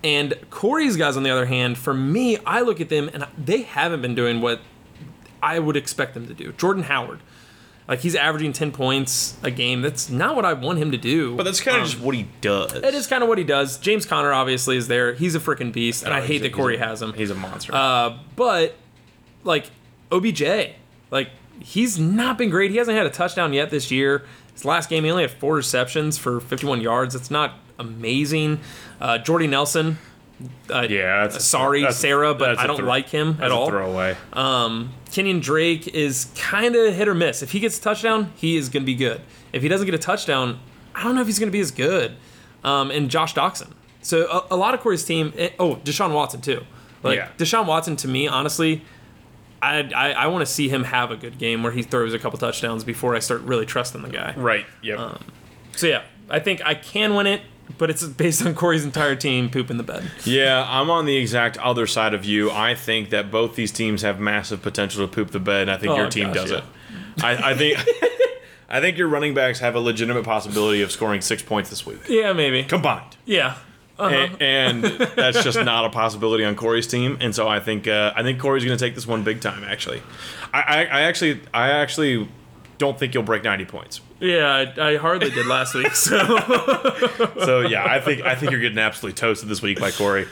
Speaker 1: And Corey's guys, on the other hand, for me, I look at them and they haven't been doing what I would expect them to do. Jordan Howard, like he's averaging ten points a game. That's not what I want him to do.
Speaker 2: But that's kind of just what he does.
Speaker 1: Um, That is kind of what he does. James Conner obviously is there. He's a freaking beast, and I hate that Corey has him.
Speaker 2: He's a monster.
Speaker 1: Uh, but like OBJ, like he's not been great. He hasn't had a touchdown yet this year. His last game, he only had four receptions for 51 yards. That's not amazing. Uh, Jordy Nelson. Uh,
Speaker 2: yeah, that's
Speaker 1: sorry,
Speaker 2: that's-
Speaker 1: Sarah, but
Speaker 2: that's a
Speaker 1: I don't
Speaker 2: thro-
Speaker 1: like him at
Speaker 2: that's a
Speaker 1: all.
Speaker 2: throwaway.
Speaker 1: Kenyon Drake is kind of hit or miss. If he gets a touchdown, he is going to be good. If he doesn't get a touchdown, I don't know if he's going to be as good. Um, and Josh Doxson. So a, a lot of Corey's team. eh, Oh, Deshaun Watson too. Like
Speaker 2: Yeah.
Speaker 1: Deshaun Watson to me, honestly, I I, I want to see him have a good game where he throws a couple touchdowns before I start really trusting the guy.
Speaker 2: right. Yep.
Speaker 1: Um, So yeah, I think I can win it, but it's based on Corey's entire team pooping the bed.
Speaker 2: Yeah, I'm on the exact other side of you. I think that both these teams have massive potential to poop the bed. and I think
Speaker 1: Oh,
Speaker 2: your team
Speaker 1: gosh,
Speaker 2: does
Speaker 1: yeah.
Speaker 2: it. I, I think I think your running backs have a legitimate possibility of scoring six points this week
Speaker 1: Yeah, maybe.
Speaker 2: combined,
Speaker 1: Yeah.
Speaker 2: A- and, that's just not a possibility on Corey's team. And so I think uh, I think Corey's going to take this one big time. Actually, I, I, I actually I actually don't think you'll break 90 points.
Speaker 1: Yeah, I, I hardly did last week. So
Speaker 2: So yeah, I think I think you're getting absolutely toasted this week by Corey.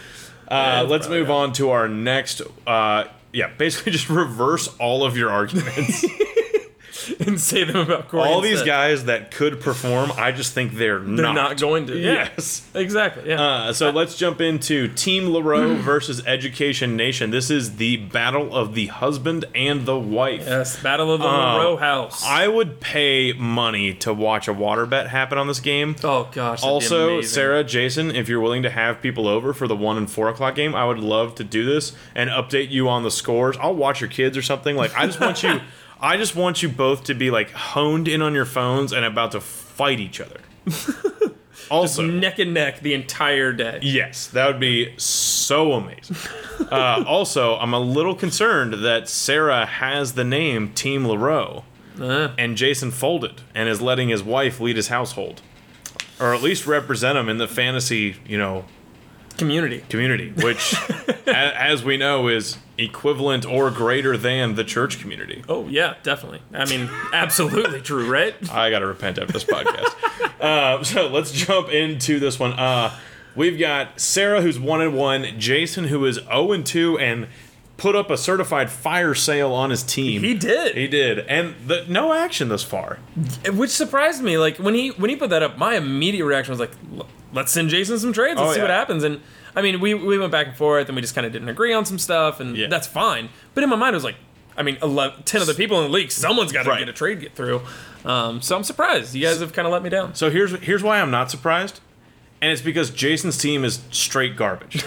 Speaker 2: Uh, let's
Speaker 1: probably
Speaker 2: move on to our next. Uh, yeah, basically just reverse all of your arguments.
Speaker 1: and say them about Corey.
Speaker 2: all these
Speaker 1: instead.
Speaker 2: guys that could perform, I just think they're,
Speaker 1: They're
Speaker 2: not.
Speaker 1: not going to. Yeah.
Speaker 2: Yes.
Speaker 1: Exactly. Yeah.
Speaker 2: Uh, so let's jump into Team LaRoe
Speaker 1: Mm.
Speaker 2: versus Education Nation. This is the battle of the husband and the wife.
Speaker 1: yes. Battle of the Monroe House.
Speaker 2: uh, I would pay money to watch a water bet happen on this game.
Speaker 1: oh gosh. that'd be
Speaker 2: Also,
Speaker 1: amazing.
Speaker 2: Sarah, Jason, if you're willing to have people over for the one and four o'clock game, I would love to do this and update you on the scores. I'll watch your kids or something. Like I just want you, I just want you both to be like honed in on your phones and about to fight each other. also,
Speaker 1: neck and neck the entire day.
Speaker 2: yes, that would be so amazing. Uh, also, I'm a little concerned that Sarah has the name Team LaRoe
Speaker 1: Uh,
Speaker 2: and Jason folded and is letting his wife lead his household, or at least represent him in the fantasy, you know,
Speaker 1: community.
Speaker 2: community, which, a, as we know, is equivalent or greater than the church community.
Speaker 1: Oh yeah, definitely. I mean, absolutely true, right?
Speaker 2: I gotta repent after this podcast. uh, so let's jump into this one. Uh, we've got Sarah, who's one and one, Jason, who is zero and two, and put up a certified fire sale on his team.
Speaker 1: He did.
Speaker 2: He did, and the, no action thus far.
Speaker 1: Which surprised me. Like when he when he put that up, my immediate reaction was like, "L- "Let's send Jason some trades. Let's
Speaker 2: Oh,
Speaker 1: see what
Speaker 2: yeah.
Speaker 1: happens." And I mean, we we went back and forth, and we just kind of didn't agree on some stuff, and
Speaker 2: Yeah.
Speaker 1: that's fine. But in my mind, it was like, I mean, 11, 10 other people in the league, someone's got to
Speaker 2: Right.
Speaker 1: get a trade get through. Um, so I'm surprised. You guys have kind of let me down.
Speaker 2: So here's here's why I'm not surprised, and it's because Jason's team is straight garbage.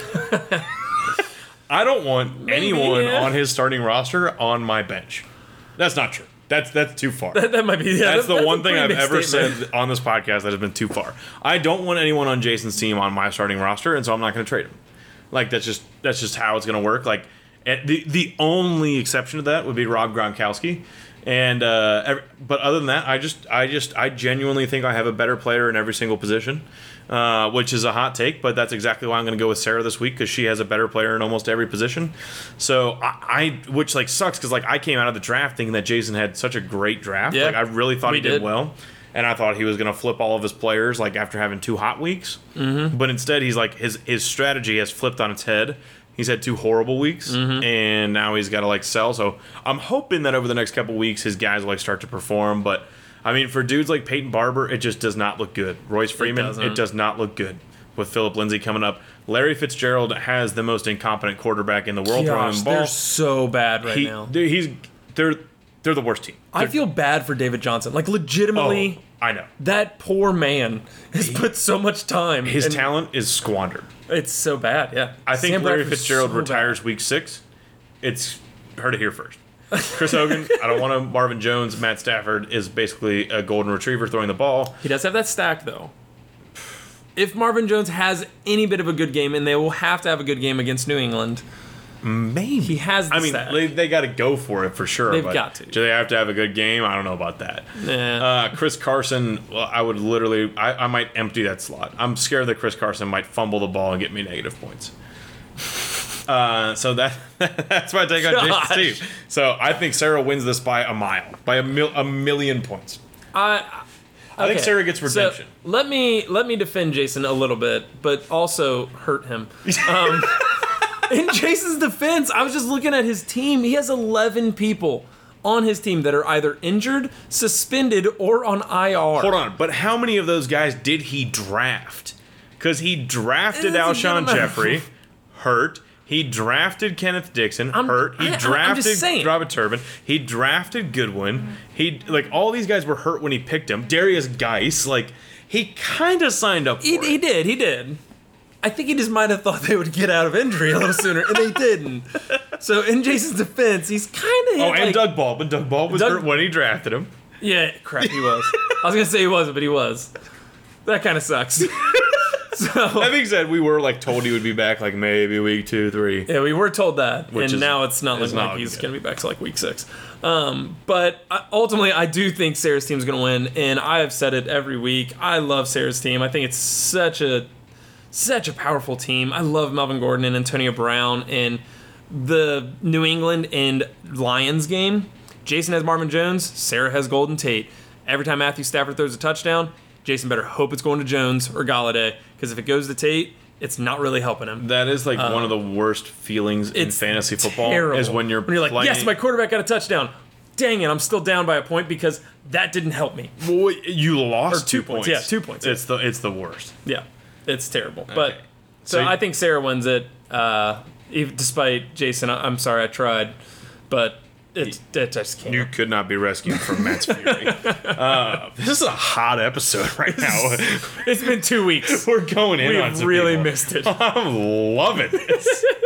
Speaker 2: I don't want anyone
Speaker 1: yeah.
Speaker 2: on his starting roster on my bench. That's not true. That's that's too far.
Speaker 1: That might be. Yeah,
Speaker 2: That's
Speaker 1: that-
Speaker 2: the
Speaker 1: a
Speaker 2: one thing
Speaker 1: pretty
Speaker 2: I've
Speaker 1: big
Speaker 2: ever
Speaker 1: statement.
Speaker 2: said on this podcast that has been too far. I don't want anyone on Jason's team on my starting roster, and so I'm not going to trade him. Like that's just that's just how it's going to work. Like and the the only exception to that would be Rob Gronkowski, and uh, ev- but other than that, I just I just I genuinely think I have a better player in every single position, uh, which is a hot take, but that's exactly why I'm going to go with Sarah this week because she has a better player in almost every position. So I, I which like sucks because like I came out of the draft thinking that Jason had such a great draft.
Speaker 1: Yeah.
Speaker 2: Like I really thought
Speaker 1: We
Speaker 2: he did,
Speaker 1: did.
Speaker 2: well, and I thought he was going to flip all of his players like after having two hot weeks. Mm-hmm. But instead, he's like his his strategy has flipped on its head. He's had two horrible weeks,
Speaker 1: Mm-hmm.
Speaker 2: and now he's got to like sell. So I'm hoping that over the next couple weeks, his guys will like start to perform. But I mean, for dudes like Peyton Barber, it just does not look good. Royce Freeman, it,
Speaker 1: doesn't.
Speaker 2: does not look good. With Philip Lindsay coming up, Larry Fitzgerald has the most incompetent quarterback in the world throwing
Speaker 1: Gosh,
Speaker 2: the ball.
Speaker 1: they're so bad right
Speaker 2: He-
Speaker 1: now.
Speaker 2: they're- he's they're they're the worst team.
Speaker 1: I feel bad for David Johnson. Like
Speaker 2: Oh,
Speaker 1: legitimately,
Speaker 2: I know.
Speaker 1: that poor man has put so much time.
Speaker 2: His
Speaker 1: and
Speaker 2: talent is squandered.
Speaker 1: It's so bad. Yeah.
Speaker 2: I think
Speaker 1: Sam
Speaker 2: Larry
Speaker 1: Bradford's
Speaker 2: Fitzgerald
Speaker 1: so
Speaker 2: retires week six. It's heard it here first. Chris Hogan, I don't want to. Marvin Jones, Matt Stafford is basically a golden retriever throwing the ball.
Speaker 1: bad. He does have that stack though. If Marvin Jones has any bit of a good game, and they will have to have a good game against New England,
Speaker 2: Maybe
Speaker 1: he has. The
Speaker 2: I mean,
Speaker 1: stack.
Speaker 2: they, they got to go for it for sure.
Speaker 1: They've
Speaker 2: but
Speaker 1: got to.
Speaker 2: Do they have to have a good game? I don't know about that.
Speaker 1: Nah.
Speaker 2: Uh, Chris Carson, well, I would literally, I, I might empty that slot. I'm scared that Chris Carson might fumble the ball and get me negative points. Uh, so that that's my take on Jason
Speaker 1: Gosh.
Speaker 2: Steve. So I think Sarah wins this by a mile, by a mil, a million points.
Speaker 1: I,
Speaker 2: I think
Speaker 1: Okay,
Speaker 2: Sarah gets
Speaker 1: so
Speaker 2: redemption.
Speaker 1: let me let me defend Jason a little bit, but also hurt him. Um, in Jason's defense, I was just looking at his team. He has eleven people on his team that are either injured, suspended, or on IR.
Speaker 2: Hold on, but how many of those guys did he draft? Because he drafted
Speaker 1: That's a good
Speaker 2: Alshon
Speaker 1: amount.
Speaker 2: Jeffrey, hurt. He drafted Kenneth Dixon, hurt.
Speaker 1: I-
Speaker 2: He
Speaker 1: I- I'm just
Speaker 2: drafted
Speaker 1: saying.
Speaker 2: Robert Turbin. He drafted Goodwin. He like all these guys were hurt when he picked him. Darius Geis, like he kind of signed up for
Speaker 1: He,
Speaker 2: it.
Speaker 1: he did. He did. I think he just might have thought they would get out of injury a little sooner, and they didn't. So in Jason's defense, he's kind of
Speaker 2: Oh, and Doug Baldwin. Doug Baldwin was
Speaker 1: Doug-
Speaker 2: hurt when he drafted him.
Speaker 1: Yeah, crap, he was. I was gonna say he wasn't, but he was. That kind of sucks. so
Speaker 2: Having said, we were like told he would be back like maybe week two, three.
Speaker 1: yeah, we were told that,
Speaker 2: Which
Speaker 1: and
Speaker 2: is-
Speaker 1: now it's not
Speaker 2: is
Speaker 1: looking
Speaker 2: not
Speaker 1: like
Speaker 2: looking
Speaker 1: he's
Speaker 2: good.
Speaker 1: gonna be back to like week six. Um, but I, ultimately, I do think Sarah's team's gonna win, and I have said it every week. I love Sarah's team. I think it's such a such a powerful team. I love Melvin Gordon and Antonio Brown and the New England and Lions game. Jason has Marvin Jones, Sarah has Golden Tate. Every time Matthew Stafford throws a touchdown, Jason better hope it's going to Jones or Galladay because if it goes to Tate, it's not really helping him.
Speaker 2: That is like one of the worst feelings in
Speaker 1: Uh, It's
Speaker 2: fantasy football
Speaker 1: terrible.
Speaker 2: is when you're,
Speaker 1: like,
Speaker 2: playing.
Speaker 1: yes, my quarterback got a touchdown. Dang it, I'm still down by a point because that didn't help me.
Speaker 2: Well, you lost
Speaker 1: Or two points. Yeah, two points, yeah.
Speaker 2: It's the it's the worst.
Speaker 1: Yeah, it's terrible. But so,
Speaker 2: So you-
Speaker 1: I think Sarah wins it. Uh, even despite Jason, I, I'm sorry I tried, but it, it I just can't.
Speaker 2: You could not be rescued from Matt's fury. uh, this is a hot episode right now.
Speaker 1: it's been two weeks.
Speaker 2: We're going in
Speaker 1: We
Speaker 2: on
Speaker 1: have
Speaker 2: some
Speaker 1: really
Speaker 2: people.
Speaker 1: missed it.
Speaker 2: I'm loving this.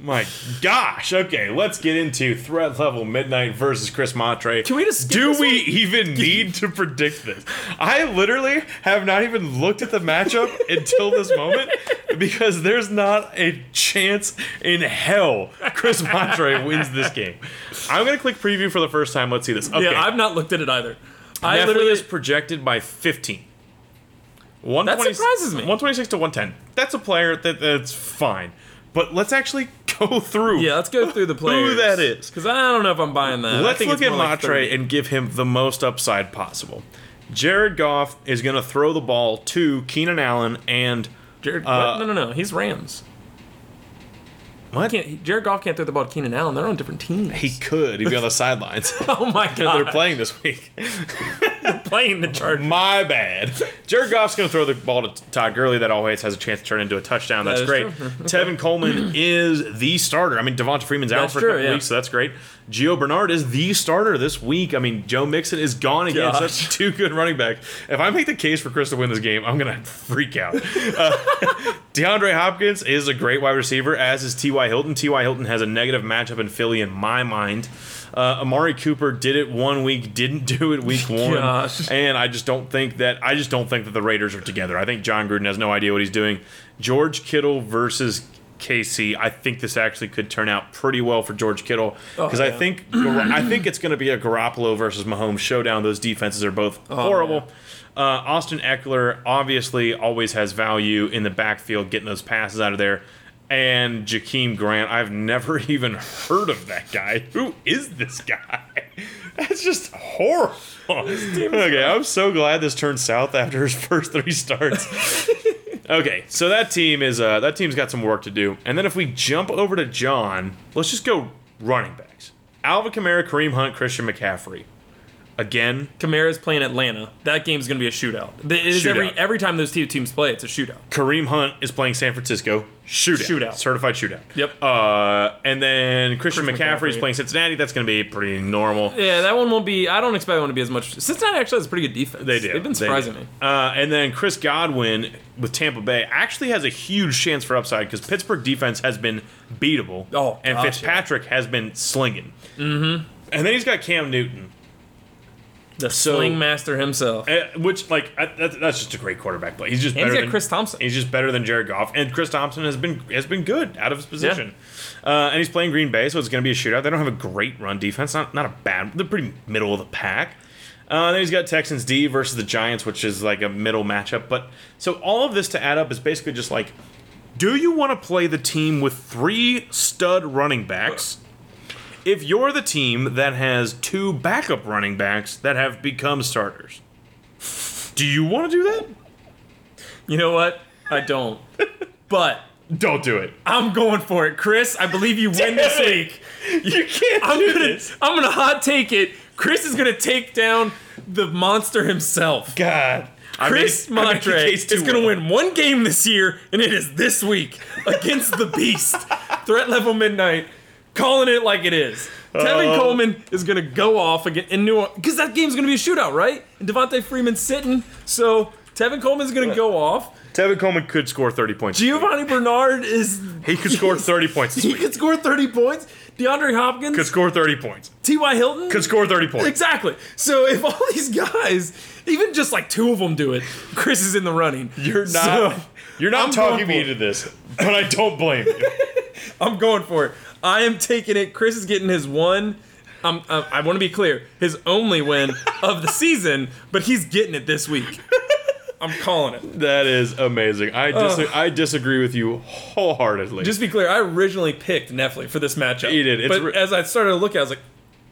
Speaker 2: My gosh. Okay, let's get into threat level midnight versus Chris Montre.
Speaker 1: Can we just skip
Speaker 2: do
Speaker 1: this
Speaker 2: we
Speaker 1: one?
Speaker 2: even need to predict this? I literally have not even looked at the matchup until this moment because there's not a chance in hell Chris Montre wins this game. I'm gonna click preview for the first time. Let's see this. Okay,
Speaker 1: Yeah, I've not looked at it either. I
Speaker 2: Neffley
Speaker 1: literally
Speaker 2: is projected by 15.
Speaker 1: That surprises me.
Speaker 2: 126 to 110. That's a player that that's fine. But let's actually go through.
Speaker 1: yeah. Let's go through the players.
Speaker 2: that is.
Speaker 1: Because I don't know if I'm buying that. I
Speaker 2: Let's
Speaker 1: think
Speaker 2: look
Speaker 1: it's
Speaker 2: at
Speaker 1: more like
Speaker 2: Matre
Speaker 1: 30.
Speaker 2: and give him the most upside possible. Jared Goff is going to throw the ball to Keenan Allen and
Speaker 1: Jared,
Speaker 2: uh,
Speaker 1: what? no, no, no. He's Rams.
Speaker 2: what?
Speaker 1: Can't, Jared Goff can't throw the ball to Keenan Allen. They're on different teams.
Speaker 2: He could. He'd be on the sidelines.
Speaker 1: oh my god!
Speaker 2: They're playing this week.
Speaker 1: playing the Chargers.
Speaker 2: My bad. Jared Goff's going to throw the ball to Todd Gurley. That always has a chance to turn into a touchdown. That's
Speaker 1: is
Speaker 2: great.
Speaker 1: true.
Speaker 2: Tevin Coleman is the starter. I mean, Devonta Freeman's out
Speaker 1: That's
Speaker 2: for a
Speaker 1: true,
Speaker 2: couple
Speaker 1: yeah.
Speaker 2: weeks, so that's great. Gio Bernard is the starter this week. I mean, Joe Mixon is gone again. So that's
Speaker 1: Gosh.
Speaker 2: two good running backs. If I make the case for Chris to win this game, I'm going to freak out. Uh, DeAndre Hopkins is a great wide receiver, as is T.Y. Hilton. T.Y. Hilton has a negative matchup in Philly, in my mind. Uh, Amari Cooper did it one week, didn't do it week one.
Speaker 1: Gosh.
Speaker 2: And I just don't think that I just don't think that the Raiders are together. I think John Gruden has no idea what he's doing. George Kittle versus KC. I think this actually could turn out pretty well for George Kittle because I
Speaker 1: yeah.
Speaker 2: think Gar- I think it's going to be a Garoppolo versus Mahomes showdown. Those defenses are both horrible. Uh, Austin Eckler obviously always has value in the backfield, getting those passes out of there. And Jakeem Grant, I've never even heard of that guy. Who is this guy? That's just horrible. Okay, I'm so glad this turned south after his first three starts. Okay, so that team is uh, that team's got some work to do. And then if we jump over to John, let's just go running backs: Alvin Kamara, Kareem Hunt, Christian McCaffrey. Again,
Speaker 1: Kamara's playing Atlanta. That game's going to be a shootout. It is
Speaker 2: Shootout.
Speaker 1: every every time those two teams play, it's a shootout.
Speaker 2: Kareem Hunt is playing San Francisco. Shootout.
Speaker 1: Shootout.
Speaker 2: Certified shootout.
Speaker 1: Yep.
Speaker 2: Uh, and then Christian
Speaker 1: Christian
Speaker 2: McCaffrey is
Speaker 1: McCaffrey.
Speaker 2: playing Cincinnati. That's going to be pretty normal.
Speaker 1: Yeah, that one won't be. I don't expect that one to be as much. Cincinnati actually has a pretty good defense.
Speaker 2: They do.
Speaker 1: They've been
Speaker 2: They do.
Speaker 1: surprising me.
Speaker 2: Uh, and then Chris Godwin with Tampa Bay actually has a huge chance for upside because Pittsburgh defense has been beatable.
Speaker 1: Oh,
Speaker 2: and
Speaker 1: gosh,
Speaker 2: Fitzpatrick has been slinging. Mm-hmm. And then he's got Cam Newton,
Speaker 1: The
Speaker 2: So-
Speaker 1: sling master himself.
Speaker 2: eh, which like I, that, that's just a great quarterback play. He's just
Speaker 1: And
Speaker 2: better
Speaker 1: he's got
Speaker 2: than
Speaker 1: Chris Thompson.
Speaker 2: He's just better than Jared Goff, and Chris Thompson has been has been good out of his position. Uh, and he's playing Green Bay, so it's going to be a shootout. They don't have a great run defense, not not a bad. They're pretty middle of the pack. Uh, then he's got Texans D versus the Giants, which is like a middle matchup. But so all of this to add up is basically just like Do you want to play the team with three stud running backs? If you're the team that has two backup running backs that have become starters, do you want to do that?
Speaker 1: You know what? I don't. But
Speaker 2: Don't do it.
Speaker 1: I'm going for it, Chris. I believe you win this
Speaker 2: Damn it.
Speaker 1: week.
Speaker 2: You can't
Speaker 1: I'm
Speaker 2: do
Speaker 1: gonna,
Speaker 2: this.
Speaker 1: I'm gonna hot take it. Chris is gonna take down the monster himself.
Speaker 2: God.
Speaker 1: Chris Montre is gonna win one game this year, and it is this week against the Beast. Threat level midnight, calling it like it is. Tevin
Speaker 2: Oh.
Speaker 1: Coleman is gonna go off again in New because that game's gonna be a shootout, right? And Devontae Freeman's sitting, so Tevin Coleman's gonna go off.
Speaker 2: Tevin Coleman could score 30 points. this week.
Speaker 1: Giovanni Bernard is
Speaker 2: He could score 30 points this
Speaker 1: he
Speaker 2: week.
Speaker 1: could score 30 points. DeAndre
Speaker 2: Could
Speaker 1: Hopkins,
Speaker 2: score 30 points.
Speaker 1: T.Y. Hilton
Speaker 2: Could score 30 points.
Speaker 1: Exactly. So if all these guys, even just like two of them do it, Chris is in the running.
Speaker 2: You're not.
Speaker 1: So,
Speaker 2: you're not
Speaker 1: I'm
Speaker 2: talking me
Speaker 1: going
Speaker 2: into this, but I don't blame you.
Speaker 1: I'm going for it. I am taking it. Chris is getting his one. Um, uh, I want to be clear, his only win of the season, but he's getting it this week. I'm calling it.
Speaker 2: that is amazing. I dis-
Speaker 1: Ugh.
Speaker 2: I disagree with you wholeheartedly.
Speaker 1: Just to be clear, I originally picked Nefli for this matchup.
Speaker 2: You did. It's
Speaker 1: but
Speaker 2: re-
Speaker 1: as I started to look, at it, I was like,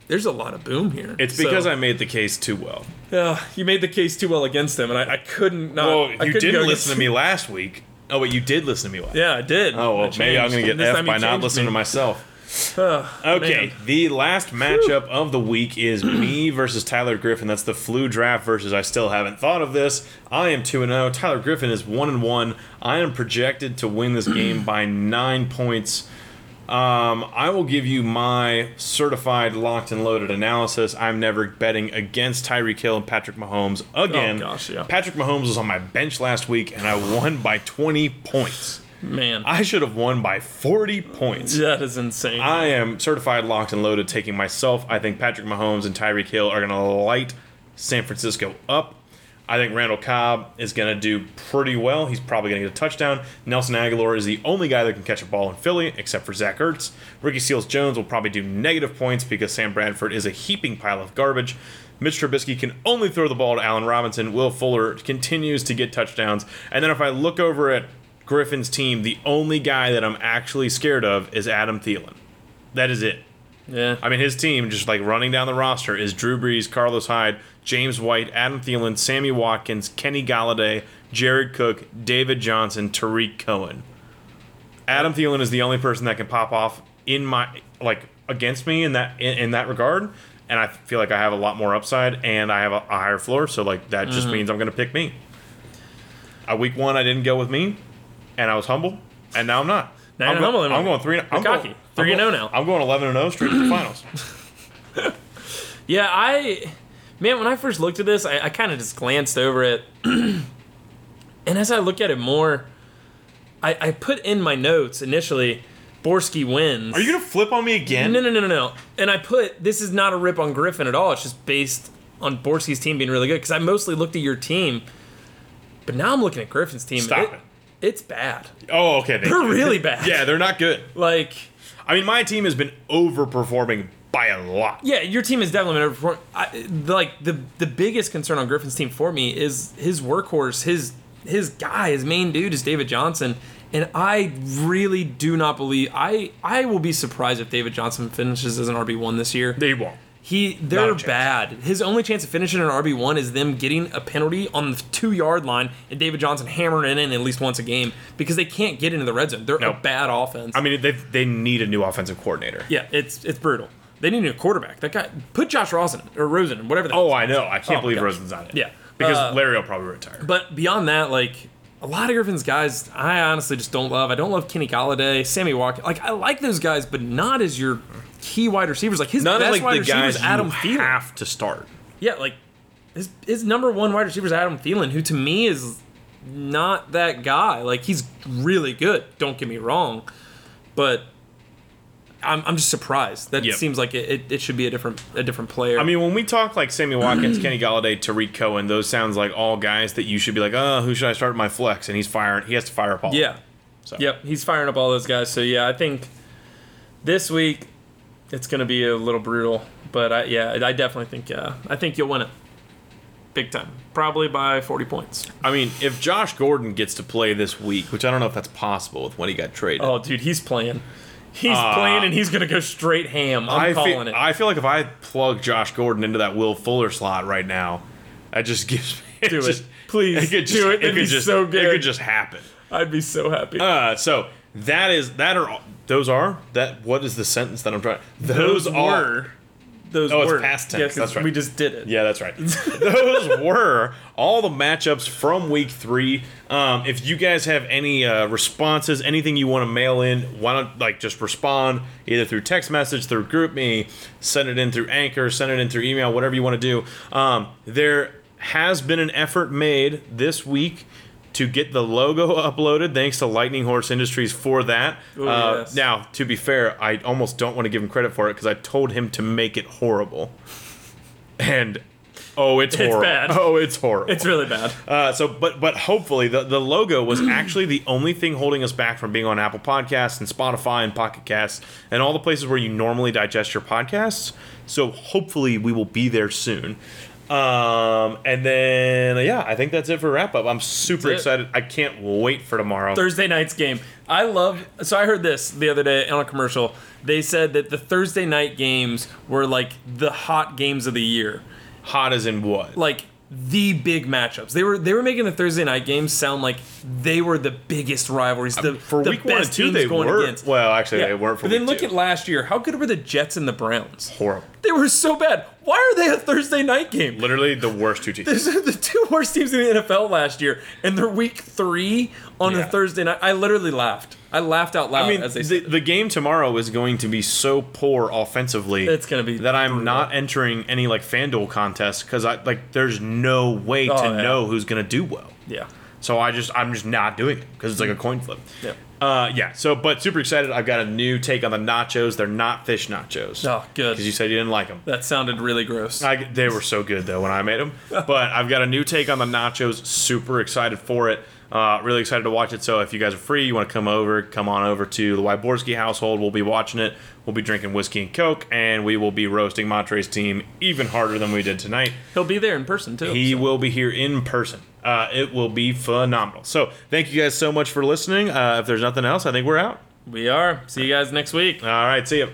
Speaker 1: "There's a lot of boom here."
Speaker 2: it's because I made the case too well.
Speaker 1: I you made the case too well against him, and I, I couldn't not.
Speaker 2: Well,
Speaker 1: I
Speaker 2: you
Speaker 1: couldn't go
Speaker 2: didn't
Speaker 1: against-
Speaker 2: listen to me last week. Oh wait, you did listen to me last.
Speaker 1: Yeah, I did.
Speaker 2: Oh well,
Speaker 1: I
Speaker 2: maybe I'm gonna
Speaker 1: changed.
Speaker 2: get
Speaker 1: This
Speaker 2: F
Speaker 1: time you
Speaker 2: by not
Speaker 1: changed
Speaker 2: listening
Speaker 1: me.
Speaker 2: to myself.
Speaker 1: Ugh,
Speaker 2: Okay,
Speaker 1: man.
Speaker 2: the last matchup of the week is me versus Tyler Griffin. That's the flu draft versus I still haven't thought of this. I am 2 and 0. Tyler Griffin is 1 and 1. I am projected to win this game by 9 points. Um, I will give you my certified locked and loaded analysis. I'm never betting against Tyreek Hill and Patrick Mahomes again.
Speaker 1: Oh, gosh, yeah.
Speaker 2: Patrick Mahomes was on my bench last week and I won by 20 points.
Speaker 1: Man,
Speaker 2: I should have won by 40 points.
Speaker 1: that is insane.
Speaker 2: I am certified locked and loaded taking myself. I think Patrick Mahomes and Tyreek Hill are going to light San Francisco up. I think Randall Cobb is going to do pretty well. He's probably going to get a touchdown. Nelson Aguilar is the only guy that can catch a ball in Philly, except for Zach Ertz. Ricky Seals Jones will probably do negative points because Sam Bradford is a heaping pile of garbage. Mitch Trubisky can only throw the ball to Allen Robinson. Will Fuller continues to get touchdowns. And then if I look over at Griffin's team, the only guy that I'm actually scared of is Adam Thielen. That is it.
Speaker 1: yeah.
Speaker 2: I mean, his team, just like running down the roster, is Drew Brees, Carlos Hyde, James White, Adam Thielen, Sammy Watkins, Kenny Galladay, Jared Cook, David Johnson, Tariq Cohen. Adam Thielen is the only person that can pop off in my like against me in that in, in that regard, and I feel like I have a lot more upside and I have a, a higher floor. So like that
Speaker 1: Mm-hmm.
Speaker 2: just means I'm going to pick me. Uh, week one, I didn't go with me, and I was humble, and now I'm not.
Speaker 1: Now
Speaker 2: I'm,
Speaker 1: you're humble,
Speaker 2: I'm
Speaker 1: aren't you?
Speaker 2: going three. I'm
Speaker 1: You're
Speaker 2: going-
Speaker 1: cocky.
Speaker 2: I'm
Speaker 1: Three and
Speaker 2: going-
Speaker 1: oh now.
Speaker 2: I'm going 11 and 0 straight to the finals.
Speaker 1: yeah, I man, when I first looked at this, I, I kind of just glanced over it. and as I look at it more, I, I put in my notes initially, Borski wins.
Speaker 2: Are you gonna flip on me again?
Speaker 1: No, no, no, no, no. And I put this is not a rip on Griffin at all. It's just based on Borski's team being really good because I mostly looked at your team, but now I'm looking at Griffin's team.
Speaker 2: Stop it.
Speaker 1: It's bad.
Speaker 2: Oh, okay. Thank
Speaker 1: They're
Speaker 2: you.
Speaker 1: really bad.
Speaker 2: yeah, they're not good.
Speaker 1: Like
Speaker 2: I mean, my team has been overperforming by a lot.
Speaker 1: Yeah, your team is definitely been overperforming. I, like the the biggest concern on Griffin's team for me is his workhorse, his his guy, his main dude is David Johnson, and I really do not believe I I will be surprised if David Johnson finishes as an RB one this year.
Speaker 2: They won't.
Speaker 1: He
Speaker 2: Not
Speaker 1: they're
Speaker 2: a chance.
Speaker 1: bad. His only chance of finishing an RB one is them getting a penalty on the two yard line and David Johnson hammering it in at least once a game because they can't get into the red zone. They're
Speaker 2: No.
Speaker 1: a bad offense.
Speaker 2: I mean, they they need a new offensive coordinator.
Speaker 1: yeah, it's it's brutal. They need a new quarterback. That guy put Josh Rosen or Rosen, whatever. The
Speaker 2: Oh, I know. I can't
Speaker 1: Oh,
Speaker 2: believe
Speaker 1: gosh.
Speaker 2: Rosen's on it.
Speaker 1: Yeah.
Speaker 2: because
Speaker 1: Uh,
Speaker 2: Larry will probably retire.
Speaker 1: But beyond that, like a lot of Griffin's guys, I honestly just don't love. I don't love Kenny Galladay, Sammy Watkins. Like I like those guys, but not as your key wide receivers. Like his
Speaker 2: None
Speaker 1: best
Speaker 2: of like
Speaker 1: wide
Speaker 2: the
Speaker 1: receiver
Speaker 2: guys
Speaker 1: is Adam
Speaker 2: you
Speaker 1: Thielen.
Speaker 2: have to start.
Speaker 1: Yeah, like his his number one wide receiver is Adam Thielen, who to me is not that guy. Like he's really good. Don't get me wrong, but. I'm, I'm just surprised. That
Speaker 2: Yep.
Speaker 1: seems like it, it, it should be a different a different player.
Speaker 2: I mean, when we talk like Sammy Watkins, Kenny Galladay, Tariq Cohen, those sounds like all guys that you should be like, oh, who should I start my flex? And he's firing. He has to fire up all.
Speaker 1: yeah,
Speaker 2: So.
Speaker 1: Yep, he's firing up all those guys. So yeah, I think this week it's going to be a little brutal, but I yeah, I definitely think uh, I think you'll win it. big time, probably by 40 points.
Speaker 2: I mean, if Josh Gordon gets to play this week, which I don't know if that's possible with when he got traded.
Speaker 1: Oh, dude, he's playing. He's
Speaker 2: Uh,
Speaker 1: playing, and he's gonna go straight ham. I'm
Speaker 2: I
Speaker 1: calling
Speaker 2: feel,
Speaker 1: it.
Speaker 2: I feel like if I plug Josh Gordon into that Will Fuller slot right now, that just gives me.
Speaker 1: Do it.
Speaker 2: just-
Speaker 1: Please
Speaker 2: could
Speaker 1: do it. That'd be
Speaker 2: just,
Speaker 1: so
Speaker 2: It
Speaker 1: good.
Speaker 2: could just happen.
Speaker 1: I'd be so happy.
Speaker 2: Uh, so that is that are all- those are that. What is the sentence that I'm trying? Those,
Speaker 1: Those
Speaker 2: are.
Speaker 1: were- Those
Speaker 2: oh, it's
Speaker 1: were
Speaker 2: past
Speaker 1: Yeah,
Speaker 2: tense,
Speaker 1: 'cause
Speaker 2: that's right.
Speaker 1: We just did it.
Speaker 2: Yeah, that's right. Those were all the matchups from week three. Um, if you guys have any uh, responses, anything you want to mail in, why don't like just respond either through text message, through GroupMe, send it in through Anchor, send it in through email, whatever you want to do. Um, there has been an effort made this week to get the logo uploaded. Thanks to Lightning Horse Industries for that.
Speaker 1: Ooh,
Speaker 2: uh,
Speaker 1: yes.
Speaker 2: Now, to be fair, I almost don't want to give him credit for it because I told him to make it horrible and oh, it's
Speaker 1: It's
Speaker 2: horrible.
Speaker 1: bad.
Speaker 2: Oh, it's horrible.
Speaker 1: It's really bad.
Speaker 2: uh, so, but but hopefully the the logo was actually the only thing holding us back from being on Apple Podcasts and Spotify and Pocket Casts and all the places where you normally digest your podcasts. So hopefully we will be there soon. Um, and then yeah, I think that's it for wrap up. I'm super
Speaker 1: That's it.
Speaker 2: excited. I can't wait for tomorrow.
Speaker 1: Thursday night's game. I love. So I heard this the other day on a commercial. They said that the Thursday night games were like the hot games of the year,
Speaker 2: Hot as in what?
Speaker 1: like the big matchups. They were they were making the Thursday night games sound like they were the biggest rivalries. The
Speaker 2: Uh, for
Speaker 1: the
Speaker 2: week one and
Speaker 1: best
Speaker 2: two,
Speaker 1: teams
Speaker 2: they
Speaker 1: going
Speaker 2: were.
Speaker 1: against.
Speaker 2: Well, actually,
Speaker 1: Yeah.
Speaker 2: they weren't for.
Speaker 1: but then
Speaker 2: week
Speaker 1: look
Speaker 2: two.
Speaker 1: at last year. How good were the Jets and the Browns?
Speaker 2: horrible.
Speaker 1: They were so bad. Why are they a Thursday night game?
Speaker 2: Literally the worst two teams.
Speaker 1: These are the two worst teams in the NFL last year, and they're week three on
Speaker 2: Yeah.
Speaker 1: a Thursday night. I literally laughed. I laughed out loud
Speaker 2: I mean,
Speaker 1: as they
Speaker 2: the, the game tomorrow is going to be so poor offensively.
Speaker 1: It's gonna be
Speaker 2: that I'm not entering any like FanDuel contests because I like there's no way to
Speaker 1: Oh, yeah.
Speaker 2: know who's gonna do well.
Speaker 1: Yeah.
Speaker 2: So I just I'm just not doing it because it's like a coin flip.
Speaker 1: Yeah.
Speaker 2: Uh, yeah. So, but super excited. I've got a new take on the nachos. They're not fish nachos.
Speaker 1: Oh, good.
Speaker 2: Because you said you didn't like them.
Speaker 1: That sounded really gross.
Speaker 2: I, they were so good though when I made them. But I've got a new take on the nachos. Super excited for it. Uh, really excited to watch it. So if you guys are free, you want to come over, come on over to the Wyborski household. We'll be watching it. We'll be drinking whiskey and coke, and we will be roasting Montre's team even harder than we did tonight.
Speaker 1: He'll be there in person too.
Speaker 2: He will be here in person. Uh, it will be phenomenal. So thank you guys so much for listening. Uh, if there's nothing else, I think we're out.
Speaker 1: we are. See you guys next week.
Speaker 2: All right, see ya.